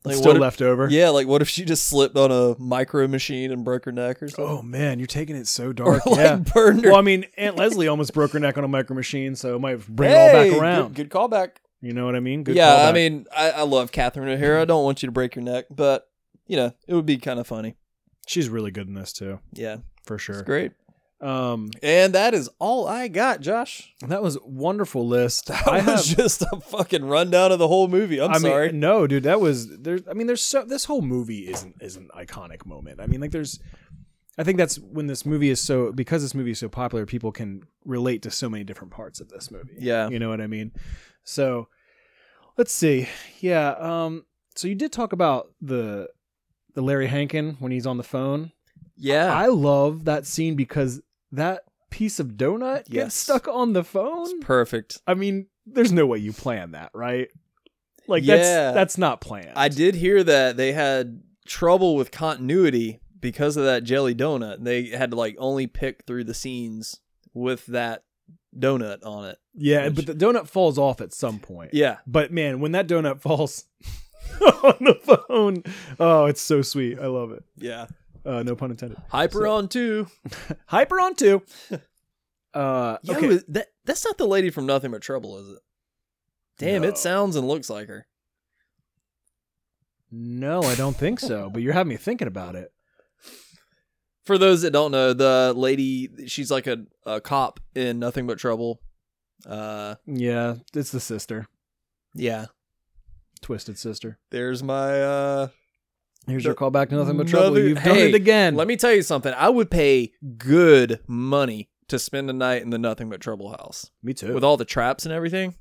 Like, Still what if- left over. yeah, like what if she just slipped on a micro machine and broke her neck or something? Oh man, you're taking it so or [LAUGHS] dark. like yeah. burned her. Well, I mean, Aunt Leslie almost broke her neck on a micro machine, so it might bring it all Hey, back around. Good, good callback. You know what I mean? Good yeah, I callback. mean, I, I love Catherine O'Hara. I don't want you to break your neck, but you know, it would be kind of funny. she's really good in this too, Yeah, for it's sure. great. Um, And that is all I got, Josh. that was a wonderful list. [LAUGHS] That I was have- just a fucking rundown of the whole movie. I'm I sorry. Mean, no, dude, that was there's I mean, there's so this whole movie is an is an iconic moment. I mean, like there's I think that's when this movie is so because this movie is so popular, people can relate to so many different parts of this movie. Yeah. You know what I mean? So let's see. Yeah, um so you did talk about the the Larry Hankin when he's on the phone. yeah, I love that scene because that piece of donut Yes. gets stuck on the phone. it's perfect. I mean, there's no way you plan that, right? Like Yeah. that's that's not planned. I did hear that they had trouble with continuity because of that jelly donut. They had to like only pick through the scenes with that donut on it. Yeah, Which- but the donut falls off at some point. Yeah, But man, when that donut falls [LAUGHS] on the phone, oh, it's so sweet. I love it. yeah. Uh, no pun intended. [LAUGHS] Hyper So- on two. Hyper on two. Uh, Yeah, okay. but that that's not the lady from Nothing But Trouble, is it? Damn, No. it sounds and looks like her. No, I don't think so. But you're having me thinking about it. For those that don't know, the lady she's like a, a cop in Nothing But Trouble. Uh, Yeah, it's the sister, yeah. twisted sister. There's my uh Here's The- your callback to nothing but trouble. Another- You've done Hey, it again. Let me tell you something. I would pay good money to spend a night in the Nothing But Trouble house me too. with all the traps and everything.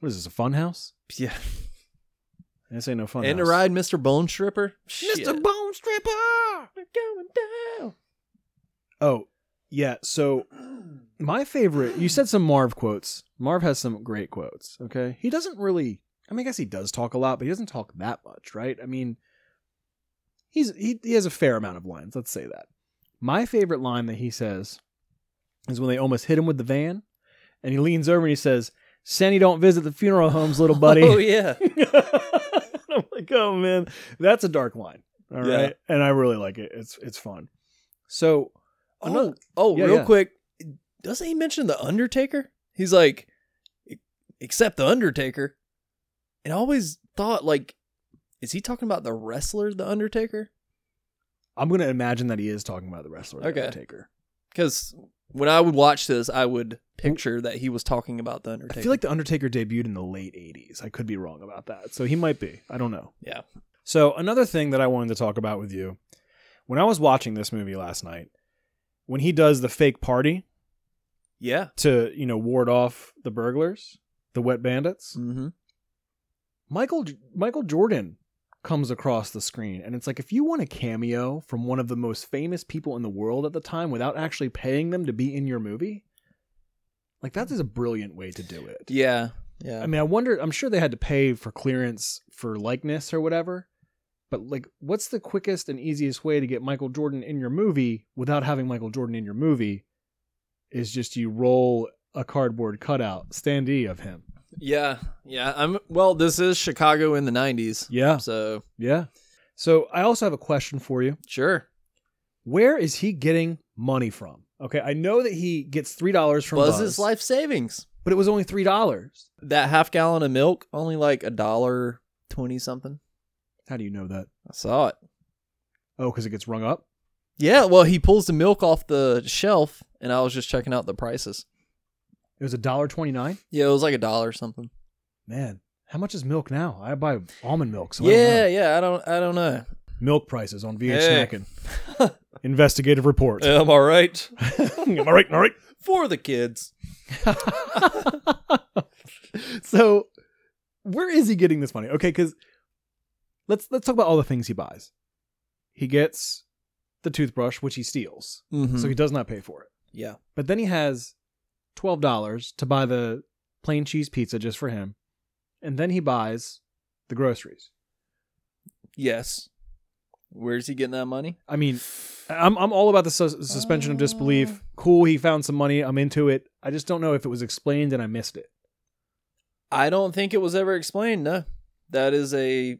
what is this? A fun house? Yeah, This ain't no fun. and to house. ride Mr. Bone Stripper. Shit. Mr. Bone Stripper. We're going down. Oh, yeah. So my favorite, you said some Marv quotes. Marv has some great quotes. Okay. He doesn't really, I mean, I guess he does talk a lot, but he doesn't talk that much, right? I mean, he's, he, he has a fair amount of lines. Let's say that. My favorite line that he says is when they almost hit him with the van and he leans over and he says, Sandy don't visit the funeral homes, little [LAUGHS] buddy. Oh yeah. I'm like, oh man, that's a dark line. All right, Yeah. and I really like it. It's it's fun. So Oh, Another- oh yeah, real yeah. quick, doesn't he mention the Undertaker? He's like, "E- except the Undertaker. And I always thought, like, is he talking about the wrestler, the Undertaker? I'm gonna imagine that he is talking about the wrestler, the Okay. Undertaker. Because when I would watch this, I would picture that he was talking about the Undertaker. I feel like the Undertaker debuted in the late '80s. I could be wrong about that, so he might be. I don't know. Yeah. So another thing that I wanted to talk about with you, when I was watching this movie last night, when he does the fake party yeah. to you know ward off the burglars, the wet bandits, Mm-hmm. Michael Michael Jordan comes across the screen and it's like if you want a cameo from one of the most famous people in the world at the time without actually paying them to be in your movie like that is a brilliant way to do it. Yeah. Yeah. I mean I wonder I'm sure they had to pay for clearance for likeness or whatever but like what's the quickest and easiest way to get Michael Jordan in your movie without having Michael Jordan in your movie is just you roll a cardboard cutout standee of him. Yeah. Yeah. I'm well, this is Chicago in the nineties. Yeah. So Yeah. So I also have a question for you. sure. Where is he getting money from? Okay, I know that he gets three dollars from Buzz, Buzz's life savings. but it was only three dollars. That half gallon of milk, only like a dollar twenty something. How do you know that? I saw it. Oh, because it gets rung up. Yeah, well, he pulls the milk off the shelf, and I was just checking out the prices. It was a dollar twenty nine. Yeah, it was like a dollar or something. Man, how much is milk now? I buy almond milk. So I don't yeah, know. yeah, I don't, I don't know. milk prices on VH Hey. Snacking. [LAUGHS] Investigative report. I'm all right Am I right? Am I right? for the kids. [LAUGHS] so where is he getting this money? Okay, because let's let's talk about all the things he buys. He gets the toothbrush, which he steals, Mm-hmm. so he does not pay for it. yeah, But then he has twelve dollars to buy the plain cheese pizza just for him, and then he buys the groceries. yes, Where's he getting that money? I mean, I'm I'm all about the sus- suspension of disbelief. Cool, he found some money. I'm into it. I just don't know if it was explained and I missed it. I don't think it was ever explained. No, that is a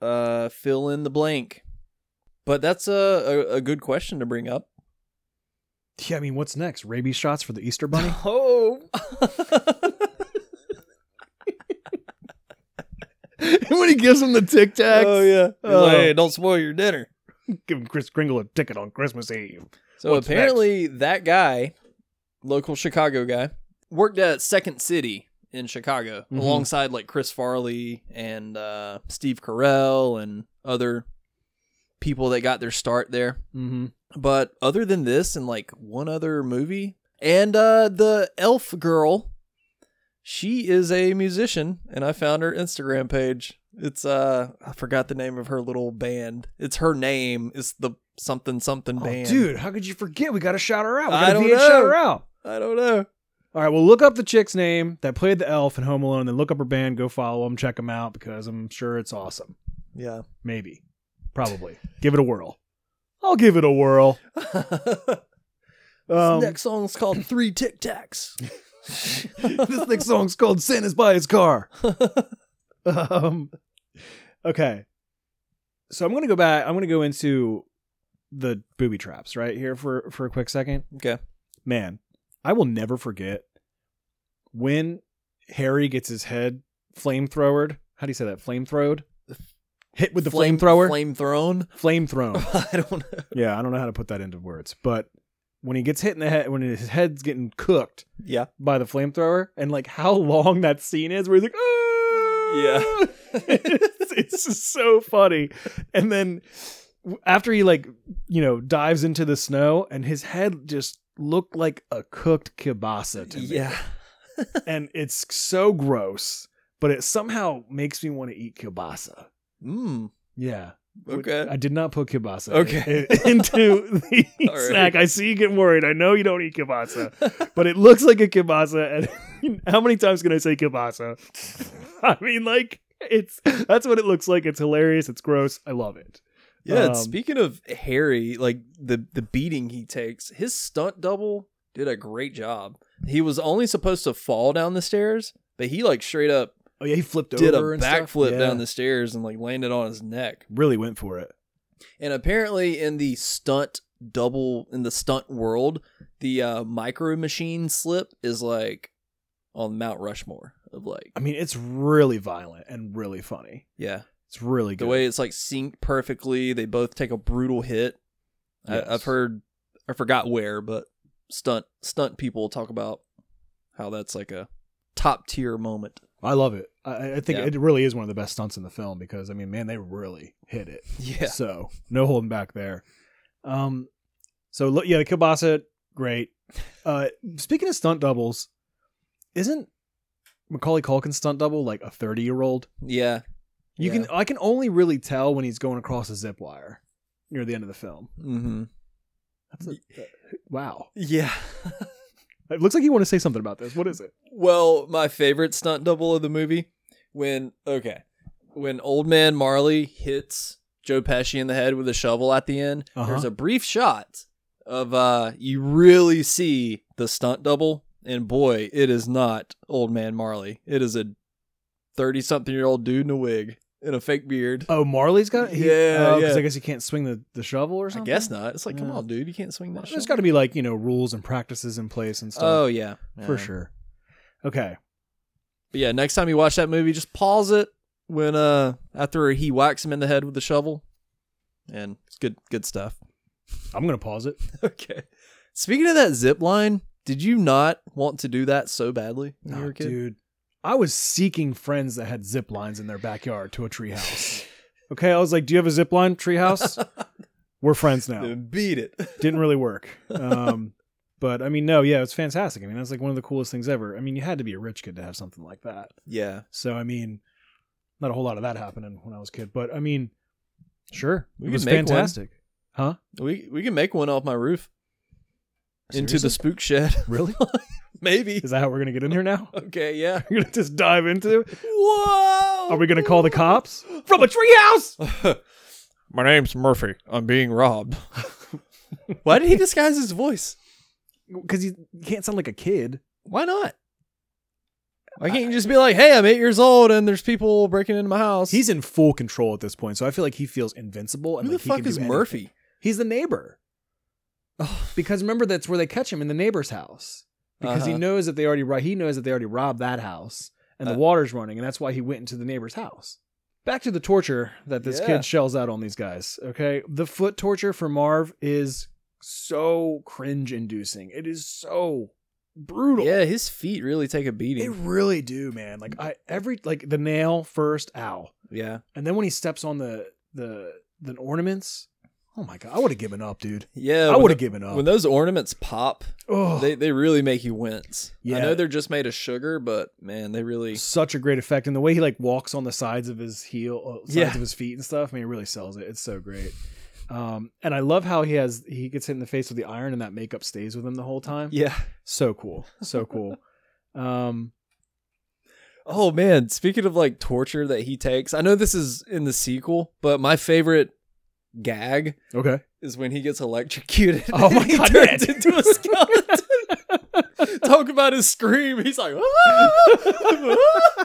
uh, fill in the blank. But that's a, a, a good question to bring up. [LAUGHS] Yeah, I mean, what's next? Rabies shots for the Easter Bunny? Oh, [LAUGHS] when he gives him the tic tacs. oh yeah. Oh. Like, hey, don't spoil your dinner. Give him Chris Kringle a ticket on Christmas Eve. So What's apparently, that guy, local Chicago guy, worked at Second City in Chicago Mhm. alongside like Chris Farley and uh, Steve Carell and other people that got their start there. Mm-hmm. But other than this and like one other movie and uh the elf girl, she is a musician and I found her Instagram page. It's uh I forgot the name of her little band. It's her name. It's the something something Oh, band. dude, how could you forget? We got to shout her out. We I got to don't VH shout know. her out. I don't know. All right, well, look up the chick's name that played the elf in Home Alone, then look up her band, go follow them, check them out because I'm sure it's awesome. [LAUGHS] Yeah. Maybe. Probably. give it a whirl. I'll give it a whirl. Um, Next song's called Three Tic Tacs. this next song's called Santa's by his car. um, okay. So I'm gonna go back. I'm gonna go into the booby traps right here for for a quick second. Okay. Man, I will never forget when Harry gets his head flamethrowered. How do you say that? Flamethrowed? Hit with the flamethrower? Flame thrown. Flame thrown. [LAUGHS] I don't know. yeah, I don't know how to put that into words, but when he gets hit in the head, when his head's getting cooked, Yeah. by the flamethrower and like how long that scene is where he's like "Ah!" Yeah. it's, it's just so funny and then w- after he like you know dives into the snow and his head just looked like a cooked kielbasa to me Yeah. and it's so gross but it somehow makes me want to eat kielbasa Mm. yeah Okay. I did not put kielbasa Okay. i- i- [LAUGHS] into the [LAUGHS] All right. snack. I see you getting worried. I know you don't eat kielbasa, but it looks like a kielbasa. And [LAUGHS] how many times can I say kielbasa? [LAUGHS] I mean, like it's that's what it looks like. It's hilarious. It's gross. I love it. Yeah, Um, speaking of Harry, like the the beating he takes, his stunt double did a great job. He was only supposed to fall down the stairs, but he like straight up Oh yeah, he flipped did a over and stuff. backflip Yeah. down the stairs and like landed on his neck. Really went for it. And apparently in the stunt double in the stunt world, the uh, micro machine slip is like on Mount Rushmore of like I mean, it's really violent and really funny. yeah, It's really good. the way it's like synced perfectly. They both take a brutal hit. Yes. I, I've heard, I forgot where, but stunt stunt people talk about how that's like a top tier moment. I love it. I, I think Yeah. it really is one of the best stunts in the film because I mean, man, they really hit it. Yeah, So no holding back there. Um, so lo- yeah, the kielbasa, great. Uh, speaking of stunt doubles, isn't Macaulay Culkin's stunt double like a thirty-year-old? yeah, You can I can only really tell when he's going across a zip wire near the end of the film. hmm That's a, uh, wow, yeah. it looks like you want to say something about this. What is it? well, my favorite stunt double of the movie when okay, when old man Marley hits Joe Pesci in the head with a shovel at the end. Uh-huh. There's a brief shot of uh, you really see the stunt double, and boy, it is not old man Marley. It is a thirty-something year old dude in a wig and a fake beard. Oh, Marley's got it. Yeah, because yeah. I guess he can't swing the, the shovel or I something. guess not. It's like, come Yeah. on, dude, you can't swing that. There's shovel. got to be like you know rules and practices in place and stuff Oh yeah, for Yeah. sure. Okay, But yeah, next time you watch that movie, just pause it when uh after he whacks him in the head with the shovel, and it's good good stuff. [LAUGHS] I'm gonna pause it. Okay. Speaking of that zip line, did you not want to do that so badly when you Oh, were a kid? Dude, I was seeking friends that had zip lines in their backyard to [LAUGHS] a treehouse. okay, I was like, "Do you have a zip line treehouse?" We're friends now. Dude, beat it. [LAUGHS] Didn't really work. Um, but I mean, no, yeah, it's fantastic. I mean, that's like one of the coolest things ever. I mean, you had to be a rich kid to have something like that. yeah, So I mean, not a whole lot of that happening when I was a kid. But I mean, sure, We it could was make one. [LAUGHS] fantastic. we we can make one off my roof into the Seriously? spook shed. [LAUGHS] really? [LAUGHS] Maybe. Is that how we're gonna get in here now? [LAUGHS] Okay. Yeah. We're gonna just dive into. Whoa. [LAUGHS] Are we gonna call the cops? from a treehouse? My name's Murphy. I'm being robbed. Why did he disguise his voice? because you can't sound like a kid. Why not? Why can't you just be like, hey, I'm eight years old and there's people breaking into my house? He's in full control at this point, so I feel like he feels invincible. And Who the like, he fuck can is do anything. Murphy? He's the neighbor. Because remember, that's where they catch him in the neighbor's house. Because he Uh-huh. knows that they already ro- he knows that they already robbed that house, and Uh. the water's running, and that's why he went into the neighbor's house. Back to the torture that this Yeah. kid shells out on these guys. Okay, the foot torture for Marv is so cringe-inducing. It is so brutal. Yeah, his feet really take a They beating. really do, man. Like I every like the nail first, ow, yeah. and then when he steps on the the the ornaments, oh my god, I would have given up, dude. Yeah. I when would have the- given up. When those ornaments pop, oh, they, they really make you wince. Yeah. I know they're just made of sugar, but man, they really. such a great effect, and the way he like walks on the sides of his heel, uh, sides Yeah. of his feet and stuff. I mean, it really sells it. It's so great. Um, and I love how he has he gets hit in the face with the iron, and that makeup stays with him the whole time. [LAUGHS] Yeah. So cool, [LAUGHS] so cool. um, Oh man, speaking of like torture that he takes, I know this is in the sequel, but my favorite gag [LAUGHS] okay. is when he gets electrocuted. [LAUGHS] Oh my he God, turns yeah. into a [LAUGHS] skeleton. Talk about his scream. He's like, "Ah!"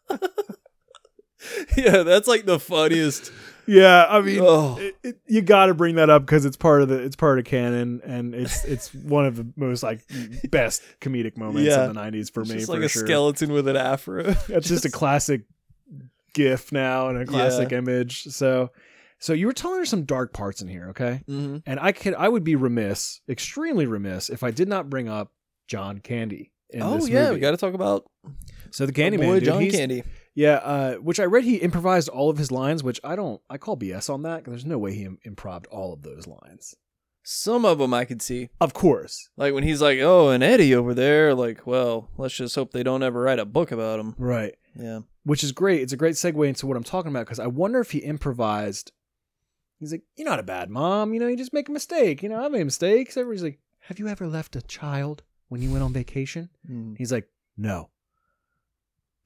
[LAUGHS] yeah, that's like the funniest. Yeah, I mean, Oh, it, it, you got to bring that up because it's part of the it's part of canon and [LAUGHS] it's it's one of the most like best comedic moments Yeah. in the '90s for it's me. just for like a sure. skeleton with an afro. That's just a classic GIF now and a classic image. So, so you were telling her some dark parts in here, okay? hmm And I could I would be remiss, extremely remiss, if I did not bring up John Candy. In Oh this yeah, movie. we got to talk about so the our Candy boy Man, John Candy. yeah, uh, which I read he improvised all of his lines, which I don't, I call BS on that. 'cause There's no way he Im- improved all of those lines. Some of them I could see. Of course. Like when he's like, "Oh, and Eddie over there." Like, well, let's just hope they don't ever write a book about him. Right. Yeah. Which is great. It's a great segue into what I'm talking about because I wonder if he improvised. He's like, You're not a bad mom. You know, you just make a mistake. You know, I made mistakes. Everybody's like, Have you ever left a child when you went on vacation? He's like, No.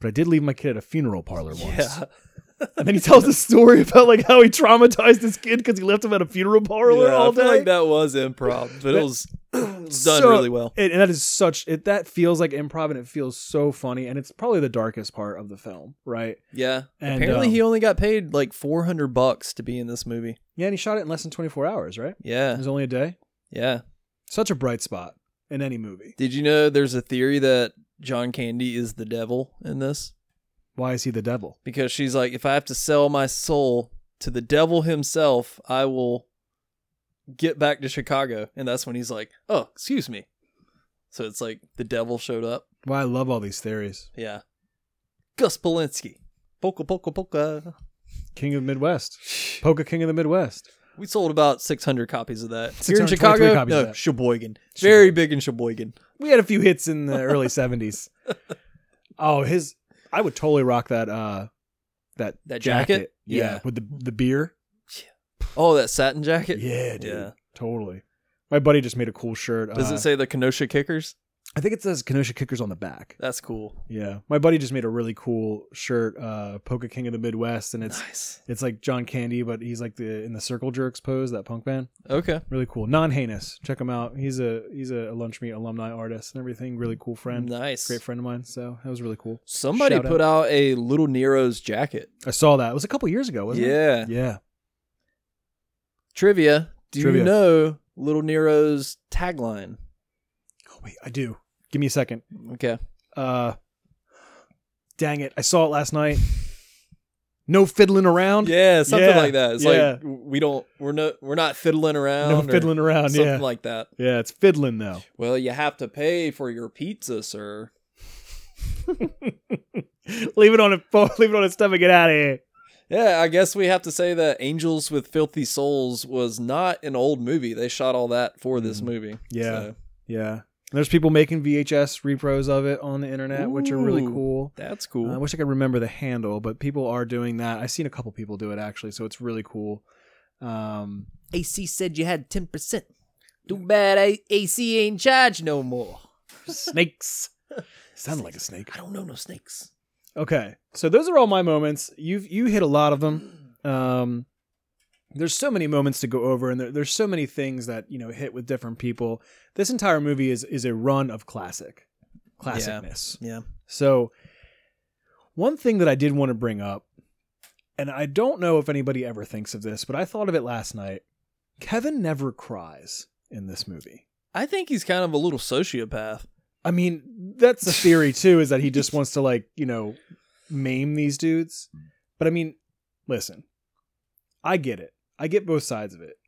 But I did leave my kid at a funeral parlor once. [LAUGHS] Yeah. [LAUGHS] And then he tells a story about like how he traumatized his kid because he left him at a funeral parlor Yeah, all I feel day. like that was improv, but it [CLEARS THROAT] was, it was done So- really well. It, and that is such it that feels like improv and it feels so funny and it's probably the darkest part of the film, right? Yeah. And, Apparently, um, he only got paid like four hundred bucks to be in this movie. Yeah, and he shot it in less than 24 hours, right? It Yeah. was only a day. Yeah. Such a bright spot in any movie. Did you know there's a theory that John Candy is the devil in this? Why is he the devil? Because she's like, if I have to sell my soul to the devil himself, I will get back to Chicago. And that's when he's like, oh, excuse me. So it's like the devil showed up. Why I love all these theories. Yeah. Gus Polinski. Polka, polka, polka. King of the [SIGHS] Midwest. Polka King of the Midwest. We sold about 600 copies of that. Here in 623 Chicago? copies of No, that. Sheboygan. Very Sheboygan. big in Sheboygan. We had a few hits in the [LAUGHS] early 70s. Oh, his I would totally rock that uh that, That jacket? Yeah. Yeah. With the the beer. Oh, that satin jacket? Yeah, dude. Yeah. Totally. My buddy just made a cool shirt. Does uh, it say the Kenosha Kickers? I think it says Kenosha Kickers on the back. That's cool. Yeah. My buddy just made a really cool shirt, uh, Polka King of the Midwest, and it's Nice. it's like John Candy, but he's like the in the Circle Jerks pose, that punk band. Okay. Really cool. Non heinous. Check him out. He's a he's a lunch meet alumni artist and everything. Really cool friend. Nice. Great friend of mine. So that was really cool. Somebody Shout put out. a Little Nero's jacket. I saw that. It was a couple years ago, wasn't it? yeah. Yeah. Trivia. Do Trivia. you know Little Nero's tagline? Oh wait, I do. Give me a second. Okay. Uh dang it. I saw it last night. No fiddling around. Yeah, something Yeah, like that. It's yeah. like we don't we're no we're not fiddling around. No or fiddling around. Something Yeah. like that. yeah, it's [LAUGHS] fiddling though. Well, you have to pay for your pizza, sir. leave it on a [LAUGHS] leave it on a stomach. Get out of here. Yeah, I guess we have to say that Angels with Filthy Souls was not an old movie. They shot all that for this Mm. movie. Yeah. So, Yeah. And there's people making VHS repros of it on the internet, which are really Ooh. cool. that's cool. Uh, I wish I could remember the handle, but people are doing that. I've seen a couple people do it actually, so it's really cool. [LAUGHS] Um, AC said you had 10%. Too bad I, AC ain't charged no more. [LAUGHS] snakes. Sounded like a snake. I don't know no snakes. Okay, so those are all my moments. You've you hit a lot of them. Um, there's so many moments to go over, and there, there's so many things that you know hit with different people. This entire movie is is a run of classic, classicness. Yeah. So, one thing that I did want to bring up, and I don't know if anybody ever thinks of this, but I thought of it last night. Kevin never cries in this movie. I think he's kind of a little sociopath. I mean, that's the theory too, is that he just wants to like, you know, maim these dudes. But I mean, listen, I get it. I get both sides of it.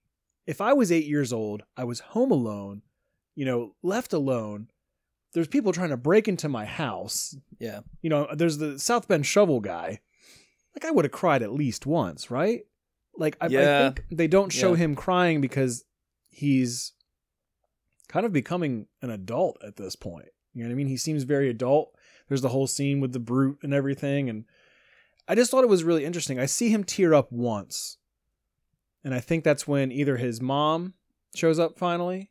If I was eight years old, I was home alone, you know, left alone. There's people trying to break into my house. Yeah. You know, there's the South Bend shovel guy. Like I would have cried at least once, right? Like I, I Yeah. think they don't show Yeah. him crying because he's kind of becoming an adult at this point. You know what I mean? He seems very adult. There's the whole scene with the brute and everything, and I just thought it was really interesting. I see him tear up once, and I think that's when either his mom shows up finally,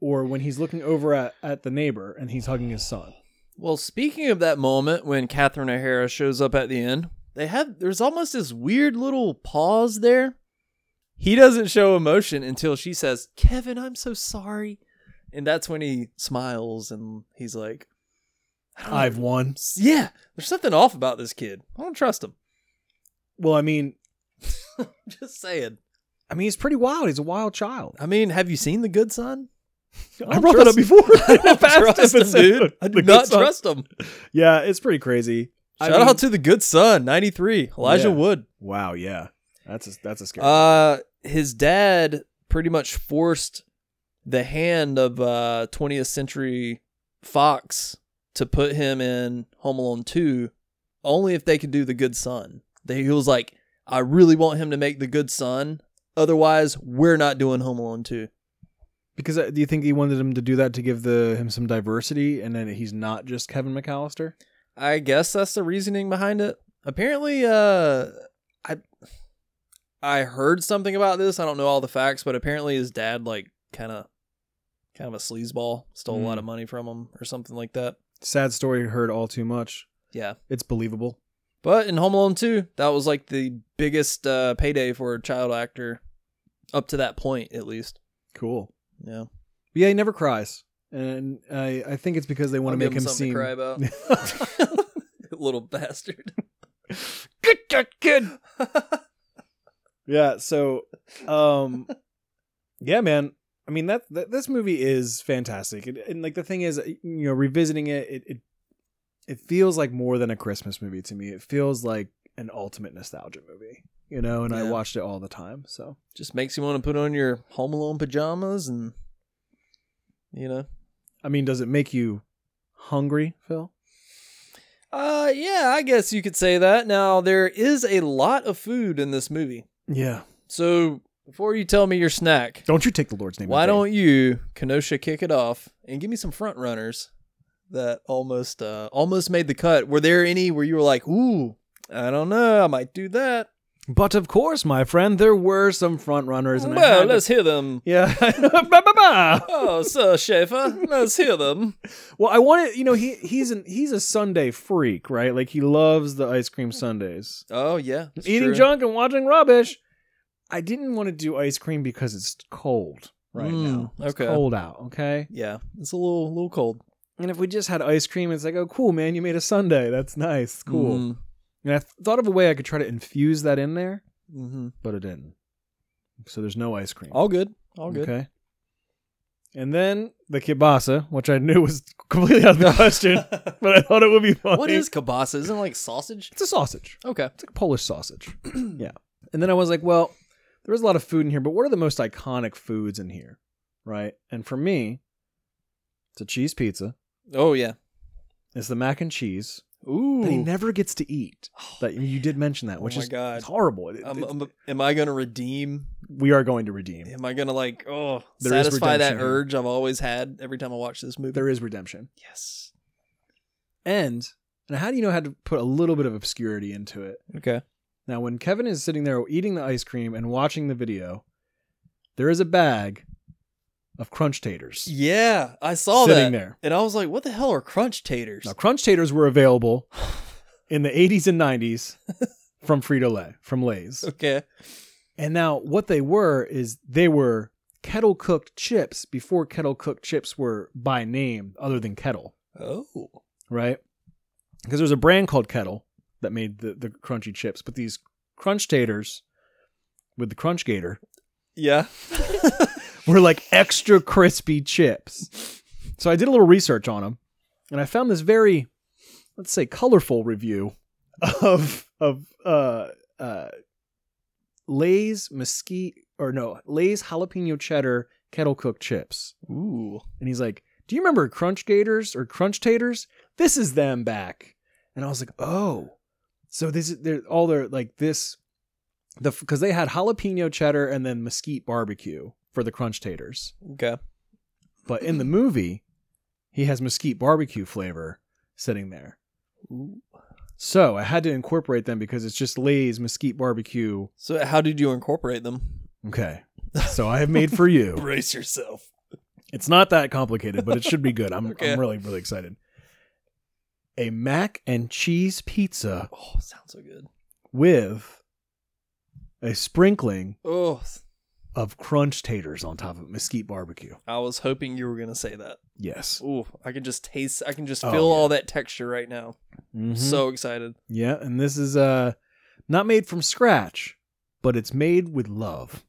or when he's looking over at, at the neighbor and he's hugging [GASPS] his son. Well, speaking of that moment when Catherine O'Hara shows up at the end, they have there's almost this weird little pause there. He doesn't show emotion until she says, "Kevin, I'm so sorry," and that's when he smiles and he's like, I don't know. I've won. "Yeah, there's something off about this kid. I don't trust him." [LAUGHS] Well, I mean, Just saying. I mean, he's pretty wild. He's a wild child. I mean, have you seen The Good Son? I brought that up before. [LAUGHS] [LAUGHS] I don't Past trust him, dude. episode. I The do Good not Son. trust him. Yeah, it's pretty crazy. I Shout mean- out to The Good Son, '93, Elijah Yeah. Wood. Wow, yeah, that's a, that's a scary. Uh, his dad pretty much forced the hand of uh 20th Century Fox to put him in Home Alone 2 only if they could do The Good Son. They, he was like, I really want him to make The Good Son. Otherwise, we're not doing Home Alone 2. because uh, do you think he wanted him to do that to give the him some diversity, and then he's not just Kevin McAllister? I guess that's the reasoning behind it. Apparently, uh, I I heard something about this. I don't know all the facts, but apparently his dad like kind of kind of a sleazeball, stole a lot Hmm. of money from him or something like that. Sad story heard all too much. Yeah. It's believable. But in Home Alone 2, that was like the biggest uh, payday for a child actor up to that point at least. Cool. Yeah. But yeah, he never cries, and I I think it's because they want I'll to make give him something seem. to cry about. [LAUGHS] [LAUGHS] Little bastard. Good, good, [LAUGHS] good. yeah. So, um, yeah, man. I mean that, that this movie is fantastic, and, and like the thing is, you know, revisiting it, it, it, it feels like more than a Christmas movie to me. It feels like an ultimate nostalgia movie, you know. And I Yeah. watched it all the time, so Just makes you want to put on your Home Alone pajamas and you know, I mean, does it make you hungry, Phil? Uh, yeah, I guess you could say that. Now there is a lot of food in this movie, Yeah. so before you tell me your snack, Don't you take the Lord's name? in why vain. don't you Kenosha kick it off and give me some front runners that almost uh almost made the cut? Were there any where you were like, ooh, I don't know, I might do that. But of course, my friend, there were some front runners, and I had Well, to- let's hear them. [LAUGHS] Yeah. Ba-ba-ba. Oh, Sir Schaefer, let's hear them. Well, I wanted, you know, he he's an he's a Sunday freak, right? Like he loves the ice cream Sundays, [LAUGHS] Oh yeah, it's eating true. junk and watching rubbish. I didn't want to do ice cream because it's cold right Mm, now. It's okay. cold out, okay? Yeah, it's a little little cold. And if we just had ice cream, it's like, oh, cool, man, you made a Sunday. That's nice, cool. Mm. And I thought of a way I could try to infuse that in there, Mm-hmm. but it didn't. So there's no ice cream. All good. All good. Okay. And then the kibasa, which I knew was [LAUGHS] completely out of the [LAUGHS] question, but I thought it would be funny. What [LAUGHS] is kielbasa? Isn't it like sausage? It's a sausage. Okay. It's like a Polish [CLEARS THROAT] sausage. yeah. And then I was like, well, there is a lot of food in here, but what are the most iconic foods in here? Right? And for me, it's a cheese pizza. Oh yeah. It's the mac and cheese Ooh. that he never gets to eat. that you did mention that, Oh which my is God. it's horrible. It- Um, it's- um, am I gonna redeem? we are going to redeem. Am I gonna like oh There is satisfy that redemption here. urge I've always had every time I watch this movie? There is redemption. yes. And and how do you know how to put a little bit of obscurity into it? Okay. Now, when Kevin is sitting there eating the ice cream and watching the video, there is a bag of crunch taters Yeah, I saw sitting that, there. and I was like, "What the hell are crunch taters?" Now, crunch taters were available [LAUGHS] in the 80s and 90s from Frito Lay, from Lay's. Okay. And now what they were is they were kettle cooked chips before kettle cooked chips were by name other than kettle, Oh. right? Because there was a brand called Kettle that made the, the crunchy chips, but these crunch taters with the crunch gator Yeah. were like extra crispy chips. So I did a little research on them, and I found this very, let's say, colorful review of of uh, uh, Lay's mesquite or no Lay's jalapeno cheddar kettle cooked chips. Ooh. And he's like, "Do you remember Crunch Gators or Crunch Taters? This is them back." And I was like, "Oh, so this is they're all their like this, the because they had jalapeno cheddar and then mesquite barbecue for the Crunch Taters, Okay. but in the movie, he has mesquite barbecue flavor sitting there. So I had to incorporate them because it's just Lay's mesquite barbecue. So how did you incorporate them? Okay, so I have made for you." [LAUGHS] Brace yourself. It's not that complicated, but it should be good. I'm, Okay. I'm really, really excited. A mac and cheese pizza Oh, sounds so good. with a sprinkling Oh, of crunch taters on top of mesquite barbecue. I was hoping you were gonna say that. Yes. Ooh, I can just taste. I can just Oh, feel yeah. Mm-hmm. all that texture right now. So excited. yeah, and this is uh not made from scratch, but it's made with love.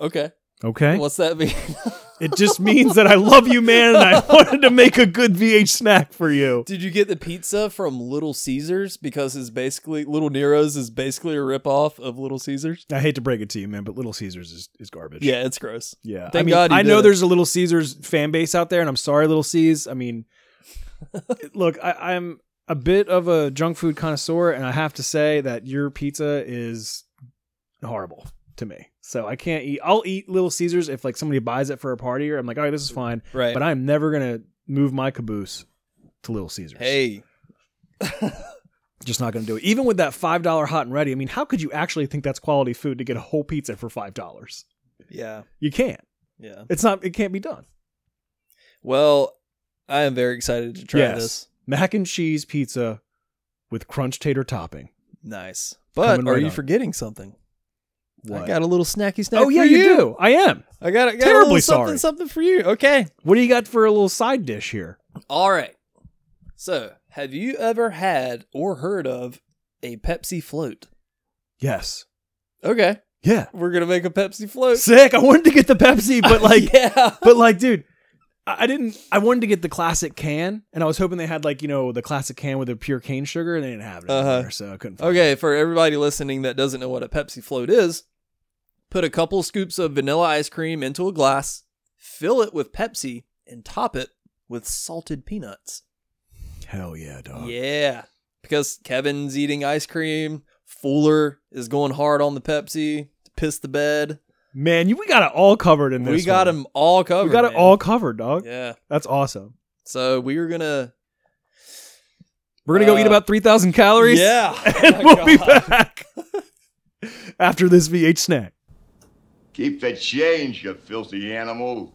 Okay. Okay? What's that mean? [LAUGHS] it just means that I love you, man, and I wanted to make a good VH snack for you. Did you get the pizza from Little Caesars because it's basically Little Nero's is basically a ripoff of Little Caesars? I hate to break it to you, man, but Little Caesars is, is garbage. Yeah, it's gross. Yeah. I Thank mean, God he I know did it. there's a Little Caesars fan base out there, and I'm sorry, Little C's. [LAUGHS] I mean, look, I, I'm a bit of a junk food connoisseur, and I have to say that your pizza is horrible to me. So I can't eat. I'll eat Little Caesars if like somebody buys it for a party, or I'm like, all right, this is fine. Right. But I'm never gonna move my caboose to Little Caesars. hey, just not gonna do it. Even with that five dollar hot and ready, I mean, how could you actually think that's quality food to get a whole pizza for five dollars? yeah, You can't. yeah. It's not. It can't be done. Well, I am very excited to try Yes. this. mac and cheese pizza with crunch tater topping. Nice. But Coming are right you on. forgetting something? I What? got a little snacky snack. oh yeah, for you do. I am. I got, I got a Terribly little something, sorry. something for you. Okay. What do you got for a little side dish here? All right. So, have you ever had or heard of a Pepsi float? Yes. Okay, Yeah. we're gonna make a Pepsi [LAUGHS] float. Sick. I wanted to get [LAUGHS] the Pepsi, but like, yeah, but like, dude, I I didn't. I wanted to get the classic can, and I was hoping they had like you know the classic can with the pure cane sugar, and they didn't have it, Uh-huh. anywhere, so I couldn't. Find Okay, for everybody listening that doesn't know what a Pepsi float is, put a couple scoops of vanilla ice cream into a glass, fill it with Pepsi, and top it with salted peanuts. it. Hell yeah, Uh-huh. dog. Yeah, because Kevin's eating ice cream. Fuller is going hard on the Pepsi to piss the bed. Man, you, we got it all covered in this. we got one. them all covered. We got it man. all covered, dog. Yeah. That's awesome. So we were gonna. We're gonna go Uh, eat about three thousand calories. Yeah. [LAUGHS] and Oh my we'll be God. back after this VH snack. Keep the change, you filthy animal.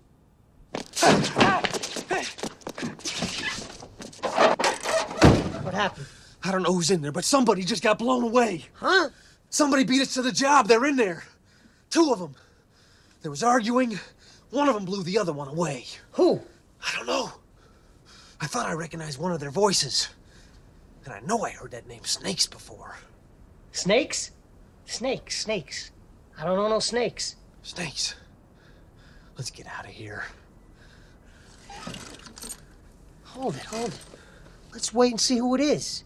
I don't know who's in there, but somebody just got blown away. Huh? Somebody beat us to the job. They're in there. Two of them. There was arguing. One of them blew the other one away. Who? I don't know. I thought I recognized one of their voices. And I know I heard that name Snakes before. Snakes? Snakes, snakes. I don't know no snakes. Snakes. Let's get out of here. Hold it, hold it. Let's wait and see who it is.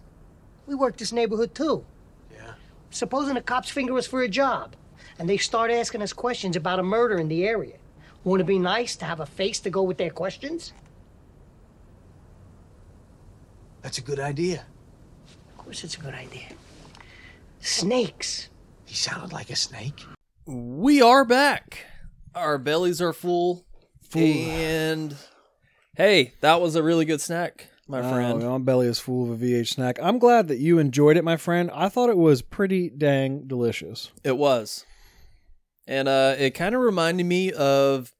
We work this neighborhood too. Yeah. Supposing the cops finger us for a job and they start asking us questions about a murder in the area. Wouldn't it be nice to have a face to go with their questions? That's a good idea. Of course, it's a good idea. Snakes. He sounded like a snake. We are back. Our bellies are full. And hey, that was a really good snack, my Oh, friend. my belly is full of a VH snack. I'm glad that you enjoyed it, my friend. I thought it was pretty dang delicious. It was. And uh it kind of reminded me of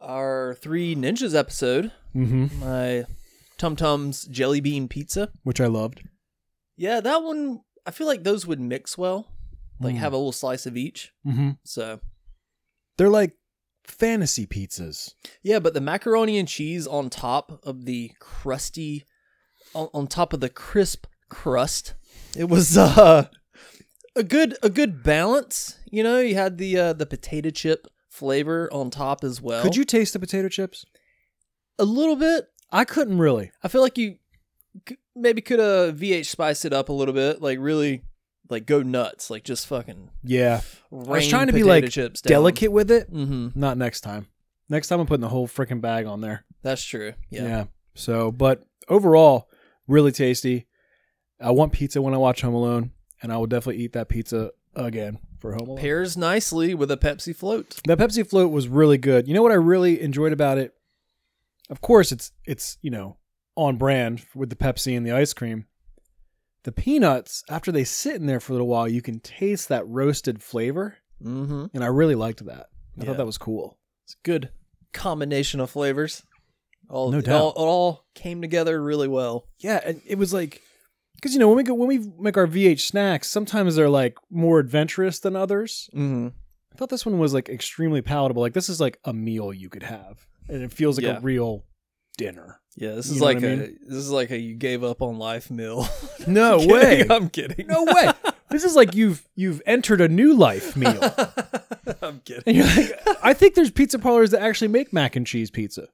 our Three Ninjas episode, Mm-hmm. my Tum Tum's Jelly Bean Pizza. Which I loved. Yeah, that one, I feel like those would mix well. like have a little slice of each. Mm-hmm. So They're like fantasy pizzas. yeah, but the macaroni and cheese on top of the crusty, on, on top of the crisp crust, it was [LAUGHS] uh, a good a good balance. You know, you had the uh, the potato chip flavor on top as well. Could you taste the potato chips? a little bit? I couldn't really. I feel like you c- maybe could uh VH spice it up a little bit, like really like go nuts, like just fucking. Yeah, Rain I was trying to be potato like chips down. delicate with it. Mm-hmm. Not next time. Next time I'm putting the whole freaking bag on there. That's true. Yeah. Yeah. So, but overall, really tasty. I want pizza when I watch Home Alone, and I will definitely eat that pizza again for Home Alone. Pairs nicely with a Pepsi float. That Pepsi float was really good. You know what I really enjoyed about it? Of course, it's it's you know on brand with the Pepsi and the ice cream. The peanuts, after they sit in there for a little while, you can taste that roasted flavor, Mm-hmm. and I really liked that. I Yeah. thought that was cool. It's a good combination of flavors. All, No it doubt. all, it all came together really well. Yeah, and it was like because you know when we go when we make our VH snacks, sometimes they're like more adventurous than others. Mm-hmm. I thought this one was like extremely palatable. Like this is like a meal you could have, and it feels like Yeah. a real dinner. Yeah, this You is know what like I a mean? this is like a you gave up on life meal. [LAUGHS] [LAUGHS] No Kidding, way. [LAUGHS] I'm kidding. No way. this is like you've you've entered a new life [LAUGHS] meal. I'm kidding. And you're like, I think there's pizza parlors that actually make mac and cheese pizza.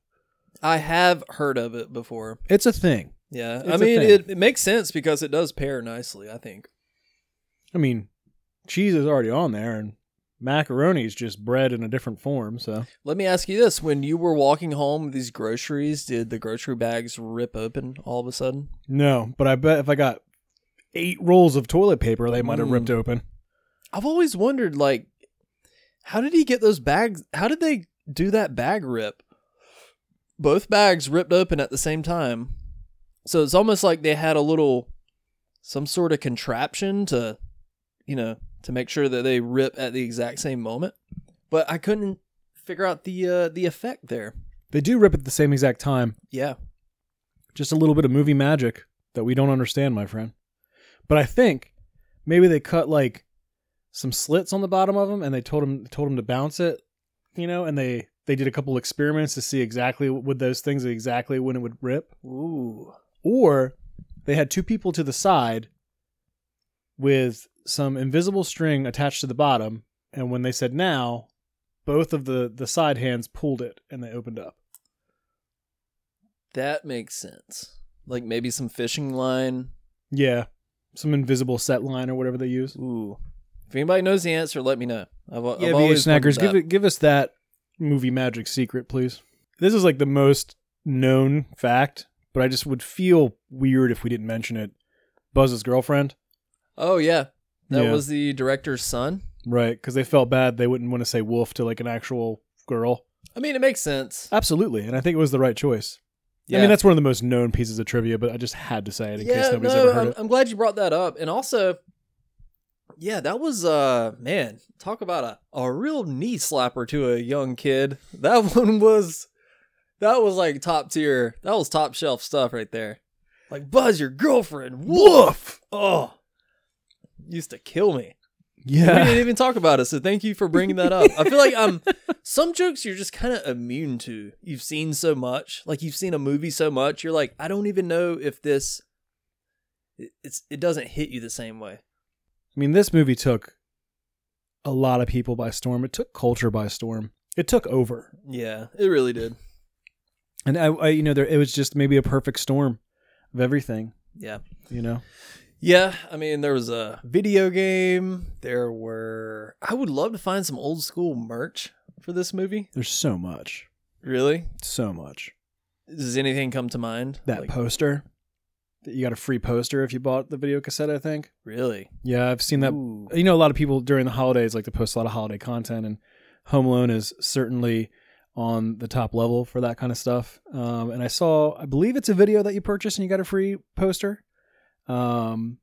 I have heard of it before. It's a thing. Yeah, It's I a mean thing. it, it makes sense because it does pair nicely. I think. I mean, cheese is already on there, and macaroni is just bread in a different form. So Let me ask you this: When you were walking home with these groceries, did the grocery bags rip open all of a sudden? no, but I bet if I got eight rolls of toilet paper, they might have Mm. ripped open. I've always wondered, like, how did he get those bags? How did they do that bag rip? Both bags ripped open at the same time. So it's almost like they had a little, some sort of contraption to, you know, to make sure that they rip at the exact same moment. But I couldn't figure out the uh, the effect there. They do rip at the same exact time. Yeah. Just a little bit of movie magic that we don't understand, my friend. But I think maybe they cut like some slits on the bottom of them, and they told him told him to bounce it, you know, and they they did a couple experiments to see exactly with those things exactly when it would rip. Ooh. Or they had two people to the side with some invisible string attached to the bottom, and when they said now, both of the the side hands pulled it and they opened up. That makes sense. Like maybe some fishing line. Yeah. Some invisible set line or whatever they use. Ooh. If anybody knows the answer, let me know. I've, I've Yeah, VH always wondered Snackers, give that. it, give us that movie magic secret, please. This is like the most known fact, but I just would feel weird if we didn't mention it. Buzz's girlfriend, Oh yeah, that Yeah. was the director's son. right? Because they felt bad they wouldn't want to say wolf to like an actual girl. I mean, it makes sense. Absolutely, and I think it was the right choice. Yeah. I mean, that's one of the most known pieces of trivia, but I just had to say it in yeah, case nobody's no, ever heard I'm, it. I'm glad you brought that up. And also, yeah, that was uh, man, talk about a a real knee slapper to a young kid. [LAUGHS] That one was, that was like top tier. That was top shelf stuff right there. Like Buzz, your girlfriend, woof. Oh, used to kill me. We [LAUGHS] Yeah, didn't even talk about it, so thank you for bringing that up. I feel like um, [LAUGHS] some jokes you're just kind of immune to. You've seen so much, like you've seen a movie so much, you're like, I don't even know if this, it- it's it doesn't hit you the same way. [LAUGHS] I mean, this movie took a lot of people by storm. It took culture by storm. It took over. Yeah, it really did. and I, I you know there it was just maybe a perfect storm of everything Yeah, you know yeah. I mean, there was a video game. There were. I would love to find some old school merch for this movie. there's so much Really? so much Does anything come to mind? that Like, poster that you got a free poster if you bought the video cassette i think really? yeah i've seen that Ooh. you know a lot of people during the holidays like to post a lot of holiday content and home alone is certainly on the top level for that kind of stuff um, and i saw i believe it's a video that you purchased and you got a free poster um,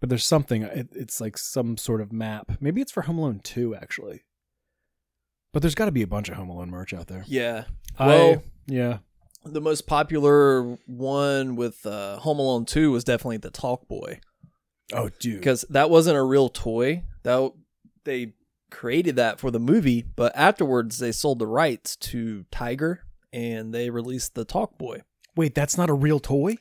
but there's something it, it's like some sort of map maybe it's for home alone 2 actually but there's got to be a bunch of home alone merch out there Yeah. I- Well- yeah the most popular one with uh, Home Alone 2 was definitely the Talk Boy. Oh, dude. because that wasn't a real toy. That they created that for the movie, but afterwards they sold the rights to Tiger and they released the Talk Boy. Wait, that's not a real toy?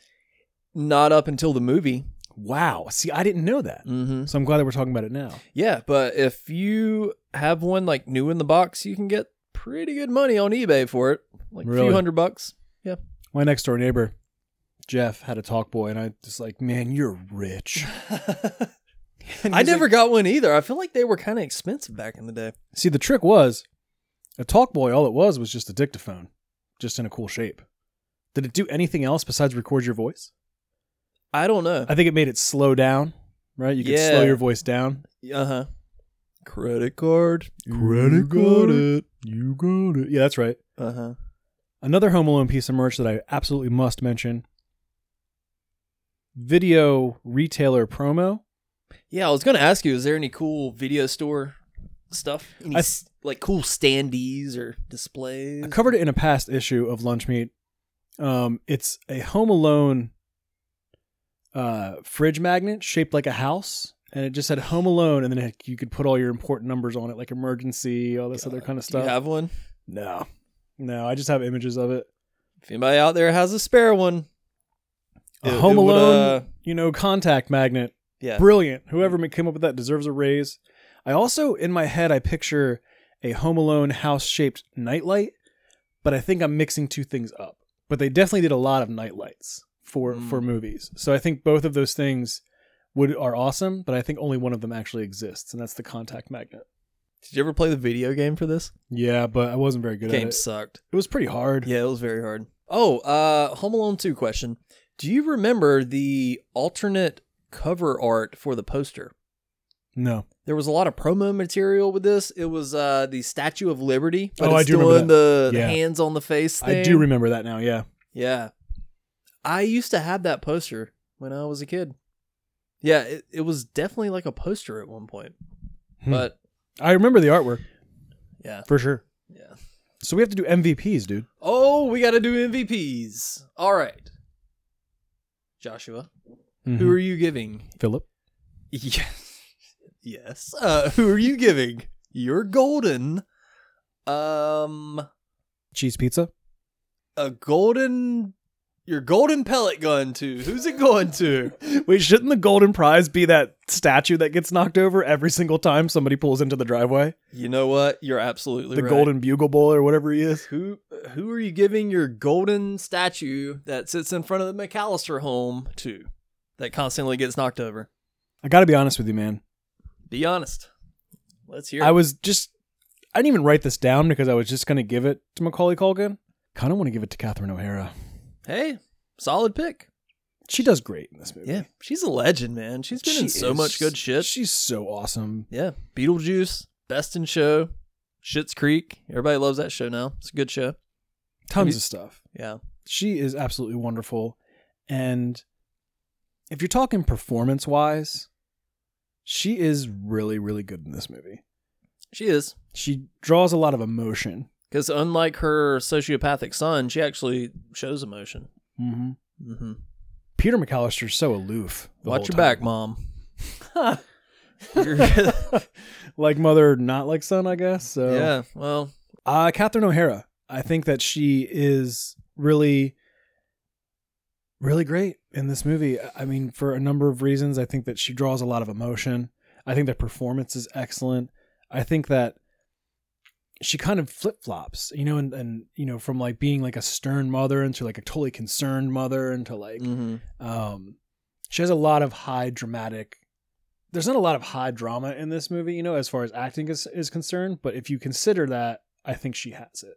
Not up until the movie. Wow. See, I didn't know that. Mm-hmm. So I'm glad that we're talking about it now. Yeah, but if you have one like new in the box, you can get pretty good money on eBay for it, like a Really? few hundred bucks. Yeah. My next door neighbor, Jeff, had a talk boy, and I just like, man, you're rich. [LAUGHS] And I he's never like- got one either. I feel like they were kind of expensive back in the day. see the trick was a talk boy. All it was was just a dictaphone, just in a cool shape. Did it do anything else besides record your voice? I don't know. I think it made it slow down, right? You could slow Yeah. your voice down. Uh huh. Credit card. Credit got it. You got it. Yeah, that's right. Uh huh. Another Home Alone piece of merch that I absolutely must mention. Video retailer promo. Yeah, I was gonna ask you, is there any cool video store stuff? Any I- s- like cool standees or displays? I covered it in a past issue of Lunch Meat. Um, it's a Home Alone uh, fridge magnet shaped like a house, and it just said Home Alone, and then it, you could put all your important numbers on it, like emergency, all this other kind of Do you stuff. have one? no, no, I just have images of it. If anybody out there has a spare one, A it- Home it would, Alone, uh, you know, contact magnet. yeah, Mm. Brilliant. Whoever ma- came up with that deserves a raise. I also, in my head, I picture a Home Alone house shaped nightlight, but I think I'm mixing two things up. But they definitely did a lot of nightlights for Mm. for movies. So I think both of those things would are awesome, but I think only one of them actually exists, and that's the contact magnet. did you ever play the video game for this? Yeah, but I wasn't very good at game it. sucked. It was pretty hard. Yeah, it was very hard. Oh, uh, Home Alone two question. Do you remember the alternate cover art for the poster? No. There was a lot of promo material with this. It was uh, the Statue of Liberty, but Oh, I it's do remember doing the, the Yeah. hands on the face thing. I do remember that now, yeah. Yeah. I used to have that poster when I was a kid. Yeah, it, it was definitely like a poster at one point. Hmm. But I remember the artwork yeah. for sure. Yeah. So we have to do MVPs, dude. Oh, we got to do MVPs. All right. Joshua, who Mhm. are you giving? Philip. Yes. [LAUGHS] Yes. Uh, who are you giving? You're golden. Um Cheese pizza. a golden your golden pellet gun to. Who's it going to? Wait, shouldn't the golden prize be that statue that gets knocked over every single time somebody pulls into the driveway? You know what? You're absolutely The right. golden bugle boy or whatever he is. Who who are you giving your golden statue that sits in front of the McAllister home to? That constantly gets knocked over. I gotta be honest with you, man. Be honest. Let's hear. I it. was just I didn't even write this down because I was just gonna give it to Macaulay Culkin. Kinda wanna give it to Catherine O'Hara. hey, solid pick. She does great in this movie. Yeah, she's a legend, man. She's been She in so is- much good shit. She's so awesome. yeah, Beetlejuice, Best in Show, Shit's Creek. Everybody loves that show now. It's a good show. Tons you- of stuff. Yeah. She is absolutely wonderful. And if you're talking performance wise, she is really, really good in this movie. She is. She draws a lot of emotion Because unlike her sociopathic son, she actually shows emotion. Mm-hmm. Mm-hmm. Peter McAllister's so aloof. the Watch your whole back, time. [LAUGHS] mom. You're- Like mother, not like son, I guess. So, yeah. Well, Uh, Catherine O'Hara. I think that she is really, really great in this movie. I- I mean, for a number of reasons, I think that she draws a lot of emotion. I think the performance is excellent. I think that she kind of flip flops, you know, and, and, you know, from like being like a stern mother into like a totally concerned mother into like, Mm-hmm. Um, she has a lot of high dramatic. There's not a lot of high drama in this movie, you know, as far as acting is, is concerned. But if you consider that, I think she has it.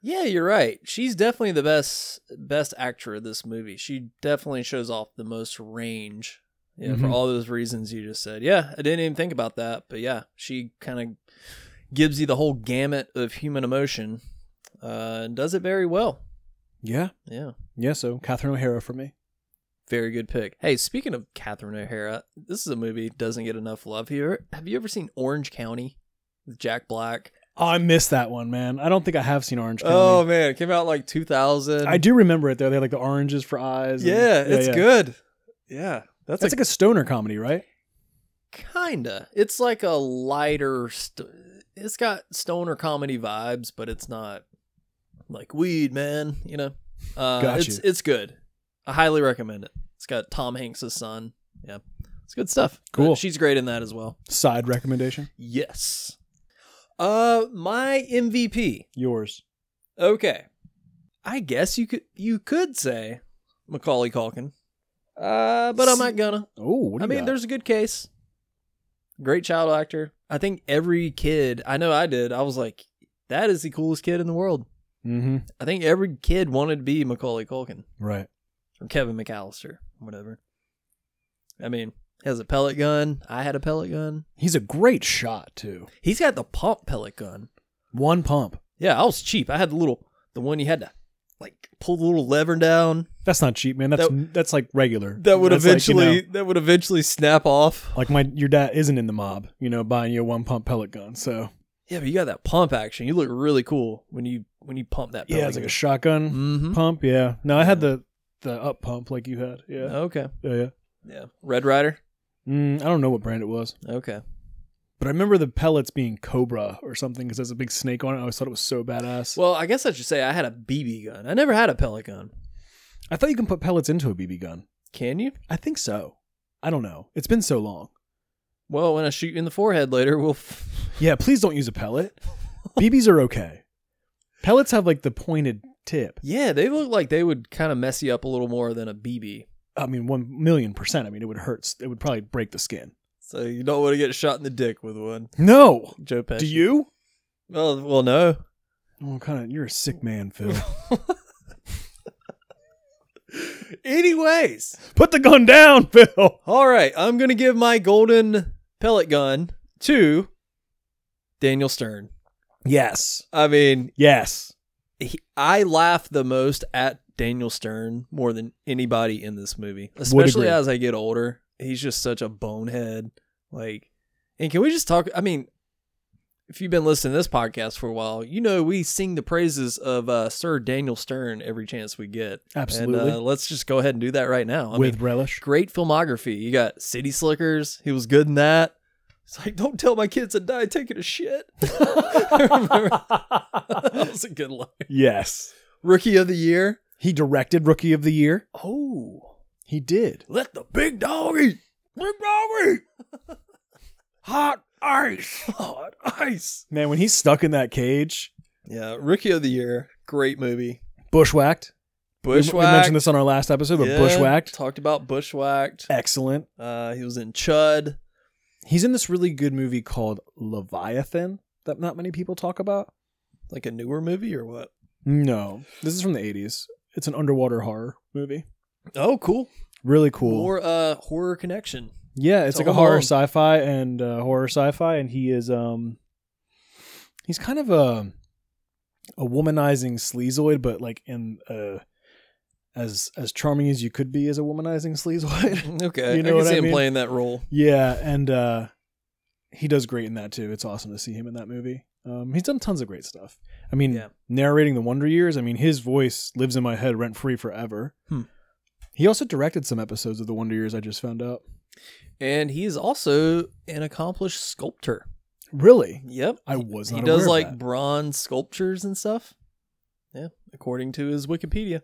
Yeah, you're right. She's definitely the best best actor of this movie. She definitely shows off the most range. Yeah, for Mhm. all those reasons you just said. Yeah, I didn't even think about that, but yeah, she kind of gives you the whole gamut of human emotion uh, and does it very well. Yeah, Yeah, yeah. So Catherine O'Hara for me. very good pick. Hey, speaking of Catherine O'Hara, this is a movie that doesn't get enough love here. Have you ever seen Orange County with Jack Black? Oh, I missed that one, man. I don't think I have seen Orange County. Oh man, it came out in, like 2000. I do remember it though. They had like the oranges for eyes. and- Yeah, it's good. Yeah, That's, That's a like a stoner comedy, right? kinda. It's like a lighter. St- it's got stoner comedy vibes, but it's not like weed, man. You know, uh, Got it's you. it's good. I highly recommend it. It's got Tom Hanks' son. Yeah, it's good stuff. But Cool. she's great in that as well. Side recommendation. Yes. Uh, my MVP. Yours. Okay. I guess you could you could say Macaulay Culkin. Uh, but I'm not gonna. Oh, what do I you mean, got? there's a good case. Great child actor. I think every kid, I know I did, I was like, that is the coolest kid in the world. Mhm. I think every kid wanted to be Macaulay Culkin Right. or Kevin McAllister, whatever. I mean, he has a pellet gun. I had a pellet gun. He's a great shot too. He's got the pump pellet gun. One pump. Yeah, I was cheap. I had the little, the one you had to like pull the little lever down That's not cheap, man. That's that's like regular. that would That's like, you eventually know, that would eventually snap off. like my your dad isn't in the mob, you know, buying you a one pump pellet gun. So Yeah, but you got that pump action. You look really cool when you when you pump that. Oh, yeah, it's like a shotgun mm-hmm. pump. Yeah, no, I had the the up pump like you had. Yeah, Okay. yeah, yeah. Yeah. Red Rider. Mm, I don't know what brand it was, Okay. but I remember the pellets being Cobra or something because there's a big snake on it. I always thought it was so badass. Well, I guess I should say I had a BB gun. I never had a pellet gun. I thought you can put pellets into a BB gun. Can you? I think so. I don't know. It's been so long. Well, when I shoot you in the forehead later, we'll. [LAUGHS] F- Yeah, please don't use a pellet. [LAUGHS] BBs are okay. Pellets have like the pointed tip. yeah, they look like they would kind of mess you up a little more than a BB. I mean, one million percent. I mean, it would hurt. It would probably break the skin. So you don't want to get shot in the dick with one, No. Joe Pesci. Do you? Well, well, no. Oh, kind of. You're a sick man, Phil. [LAUGHS] Anyways, Put the gun down, Phil. all right, I'm gonna give my golden pellet gun to Daniel Stern. Yes. I mean, Yes. he, I laugh the most at Daniel Stern more than anybody in this movie, Would especially agree. as I get older. He's just such a bonehead. Like, and can we just talk? I mean, if you've been listening to this podcast for a while, you know we sing the praises of uh, Sir Daniel Stern every chance we get. Absolutely. And, uh, let's just go ahead and do that right now. I With mean, relish. [LAUGHS] great filmography. You got City Slickers. He was good in that. It's like, don't tell my kids I died taking a shit. [LAUGHS] I remember- that was a good line. Yes. Rookie of the Year. He directed Rookie of the Year. Oh, He did. let the big dog eat. Big dog eat. [LAUGHS] Hot ice. Hot ice. Man, when he's stuck in that cage, Yeah, Rookie of the Year. Great movie. bushwhacked. We- Bushwhacked. We, mentioned this on our last episode, but Yeah, bushwhacked. Talked about Bushwhacked. Excellent. Uh, he was in Chud. He's in this really good movie called Leviathan that not many people talk about. Like a newer movie or what? No, this is from the 80s. It's an underwater horror movie. Oh, cool. Really cool. More uh, horror connection. Yeah, it's To like a Home horror Alone. sci-fi and uh, horror sci-fi, and he is um, he's kind of a a womanizing sleazoid, but like in uh, as as charming as you could be as a womanizing [LAUGHS] sleazoid. Okay, You know I what can see I him mean? playing that role. yeah, and uh, he does great in that too. It's awesome to see him in that movie. Um, he's done tons of great stuff. I mean, Yeah. narrating the Wonder Years. I mean, his voice lives in my head rent free forever. Hmm. He also directed some episodes of the Wonder Years. I just found out. And he's also an accomplished sculptor. Really, Yep. I was. he Not aware does of like that. bronze sculptures and stuff. Yeah, according to his Wikipedia.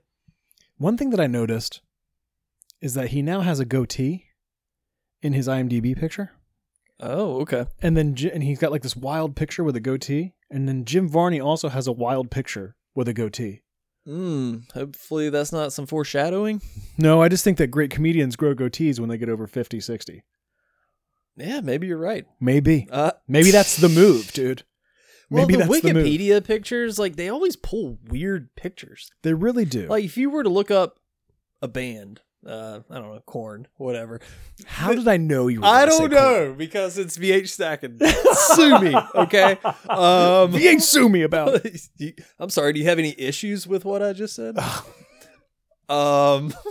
One thing that I noticed is that he now has a goatee in his IMDb picture, Oh, okay. and then Ji- and he's got like this wild picture with a goatee, and then Jim Varney also has a wild picture with a goatee. Mm, hopefully that's not some foreshadowing. No, I just think that great comedians grow goatees when they get over 50, 60. Yeah, maybe you're right. Maybe. Uh, Maybe that's the move, dude. well, [LAUGHS] Maybe the that's the move. Wikipedia pictures, like they always pull weird pictures. They really do. Like if you were to look up a band, uh, I don't know, Corn, whatever. how did I know you were I gonna don't say corn? know because it's VH stacking. Sue me, okay? [LAUGHS] Um, He ain't sue [LAUGHS] me about it. Do you- I'm sorry. Do you have any issues with what I just [LAUGHS] said? um. [LAUGHS]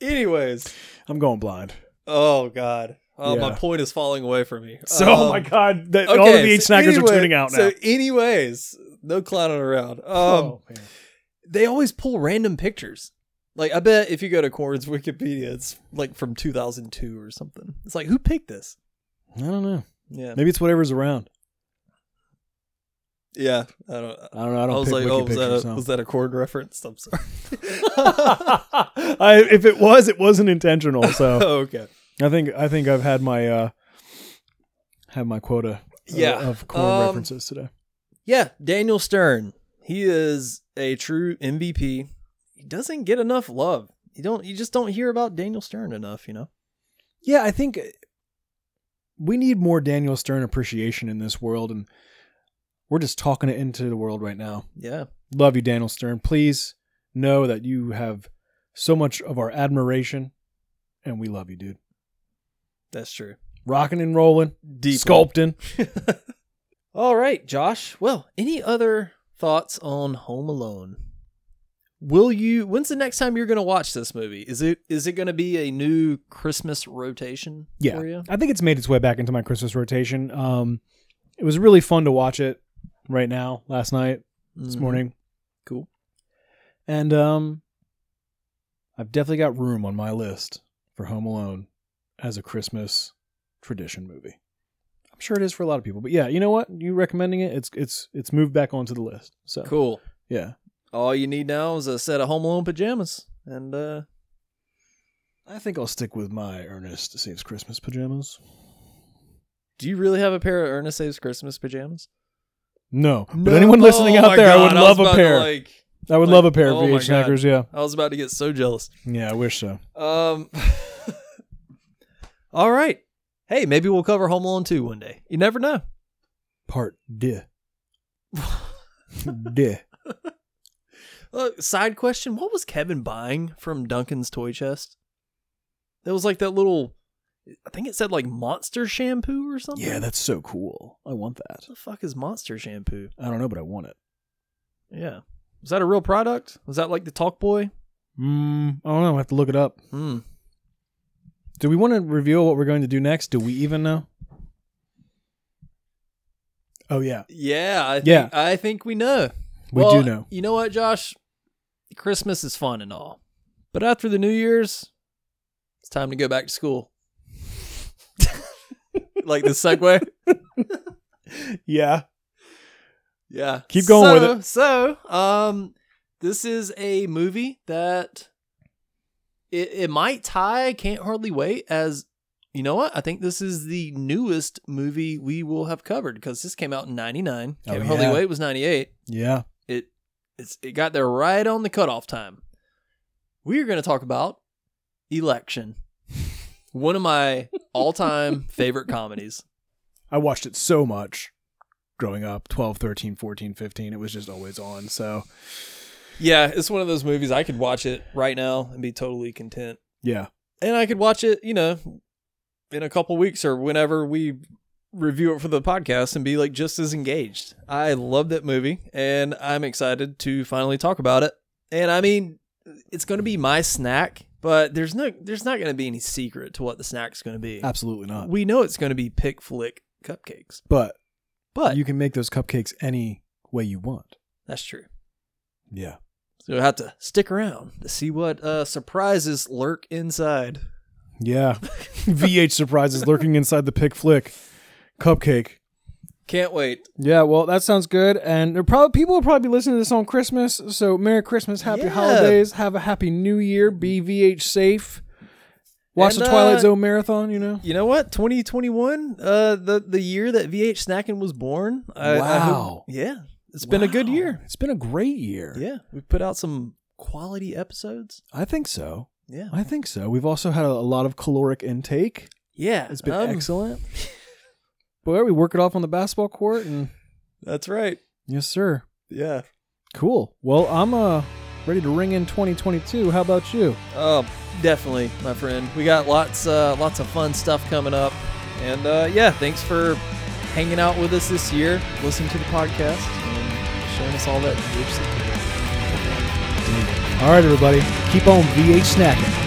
anyways, I'm going blind. oh god, oh my Yeah. point is falling away from me. So, oh Um, my God, that, okay, all of the eight so snackers anyway- are tuning out now. So, anyways, no clowning around. Um, Oh, man. they always pull random pictures. Like I bet if you go to Corn's Wikipedia, it's like from 2002 or something. It's like who picked this? I don't know. Yeah, Maybe it's whatever's around. yeah. I don't. I don't know. I I, don't was pick like, wiki oh, was pictures, that, a, no. [LAUGHS] was that a Corn reference? I'm sorry. [LAUGHS] I, if it was, it wasn't intentional. So oh, okay. I think I think I've had my uh had my quota of- Yeah. of, corn Um, references today. Yeah, Daniel Stern. He is a true MVP. He doesn't get enough love. You don't. You just don't hear about Daniel Stern enough. You know. Yeah, I think we need more Daniel Stern appreciation in this world, and we're just talking it into the world right now. Yeah. Love you, Daniel Stern. Please know that you have so much of our admiration, and we love you, dude. That's true. Rocking and rolling, Deep sculpting. All right, Josh. Well, any other thoughts on Home Alone? Will you when's the next time you're going to watch this movie? Is it is it going to be a new Christmas rotation Yeah, for you? I think it's made its way back into my Christmas rotation. Um, it was really fun to watch it right now, last night, this Mhm. morning, Cool. and um, I've definitely got room on my list for Home Alone as a Christmas tradition movie. I'm sure it is for a lot of people, but yeah, you know what? You recommending it? It's it's it's moved back onto the list. So Cool. yeah, All you need now is a set of Home Alone pajamas and uh I think I'll stick with my Ernest Saves Christmas pajamas. do you really have a pair of Ernest Saves Christmas pajamas? No, but No. anyone listening Oh out my there, I God, would was love about to, a pair. like- I would like, love a pair of oh my VH God. Snackers. Yeah, I was about to get so jealous. yeah, I wish so. Um [LAUGHS] All right. Hey, maybe we'll cover Home Alone 2 one day. You never know. Part D. [LAUGHS] D. Uh, side question: What was Kevin buying from Duncan's toy chest? There was like that little, I think it said like Monster shampoo or something. Yeah, that's so cool. I want that. what the fuck is Monster shampoo? I don't know, but I want it. Yeah, was that a real product? Was that like the Talk Boy? Mm, I don't know. I have to look it up. Hmm. Do we want to reveal what we're going to do next? Do we even know? Oh yeah, Yeah, I think, Yeah. I think we know. we Well, do know. You know what, Josh? Christmas is fun and all, but after the New Year's, it's time to go back to school. [LAUGHS] like the segue. Yeah. Yeah. Keep going with So- So, um, this is a movie that it, it might tie Can't Hardly Wait as you know what? I think this is the newest movie we will have covered because this came out in 99. Oh, Can't Hardly yeah. Wait was 98. Yeah. It it's it got there right on the cutoff time. We're going to talk about Election. One of my [LAUGHS] all-time favorite comedies. I watched it so much growing up 12, 13, 14, 15. It was just always on. So, Yeah, it's one of those movies I could watch it right now and be totally content. yeah. and I could watch it, you know, in a couple weeks or whenever we review it for the podcast and be like just as engaged. I love that movie and I'm excited to finally talk about it. And I mean, it's going to be my snack, but there's no there's not going to be any secret to what the snack's going to be. Absolutely not. We know it's going to be pick flick cupcakes. But But you can make those cupcakes any way you want. that's true. Yeah. So you'll have to stick around to see what uh surprises lurk inside. Yeah. VH surprises lurking inside the pick flick cupcake. Can't wait. Yeah, well, that sounds good. And there probably people will probably be listening to this on Christmas. So Merry Christmas, Happy Yeah. Holidays, have a Happy New Year, be VH safe. Watch And, the Twilight uh, Zone marathon. You know, You know what? 2021, uh, the the year that VH Snacking was born. I, I hope- Wow. yeah, it's been a good year. It's been a great year. Yeah, we put out some quality episodes. I think so. Yeah, I think so. We've also had a, a lot of caloric intake. yeah, It's been um, excellent. Boy, we work it off on the basketball court, and That's right. yes, sir. Yeah. Cool. Well, I'm uh ready to ring in 2022. How about you? Oh, definitely, my friend. We got lots uh, lots of fun stuff coming up, and uh, yeah, thanks for hanging out with us this year, listening to the podcast, and showing us all that VH. All right, everybody, keep on VH snacking.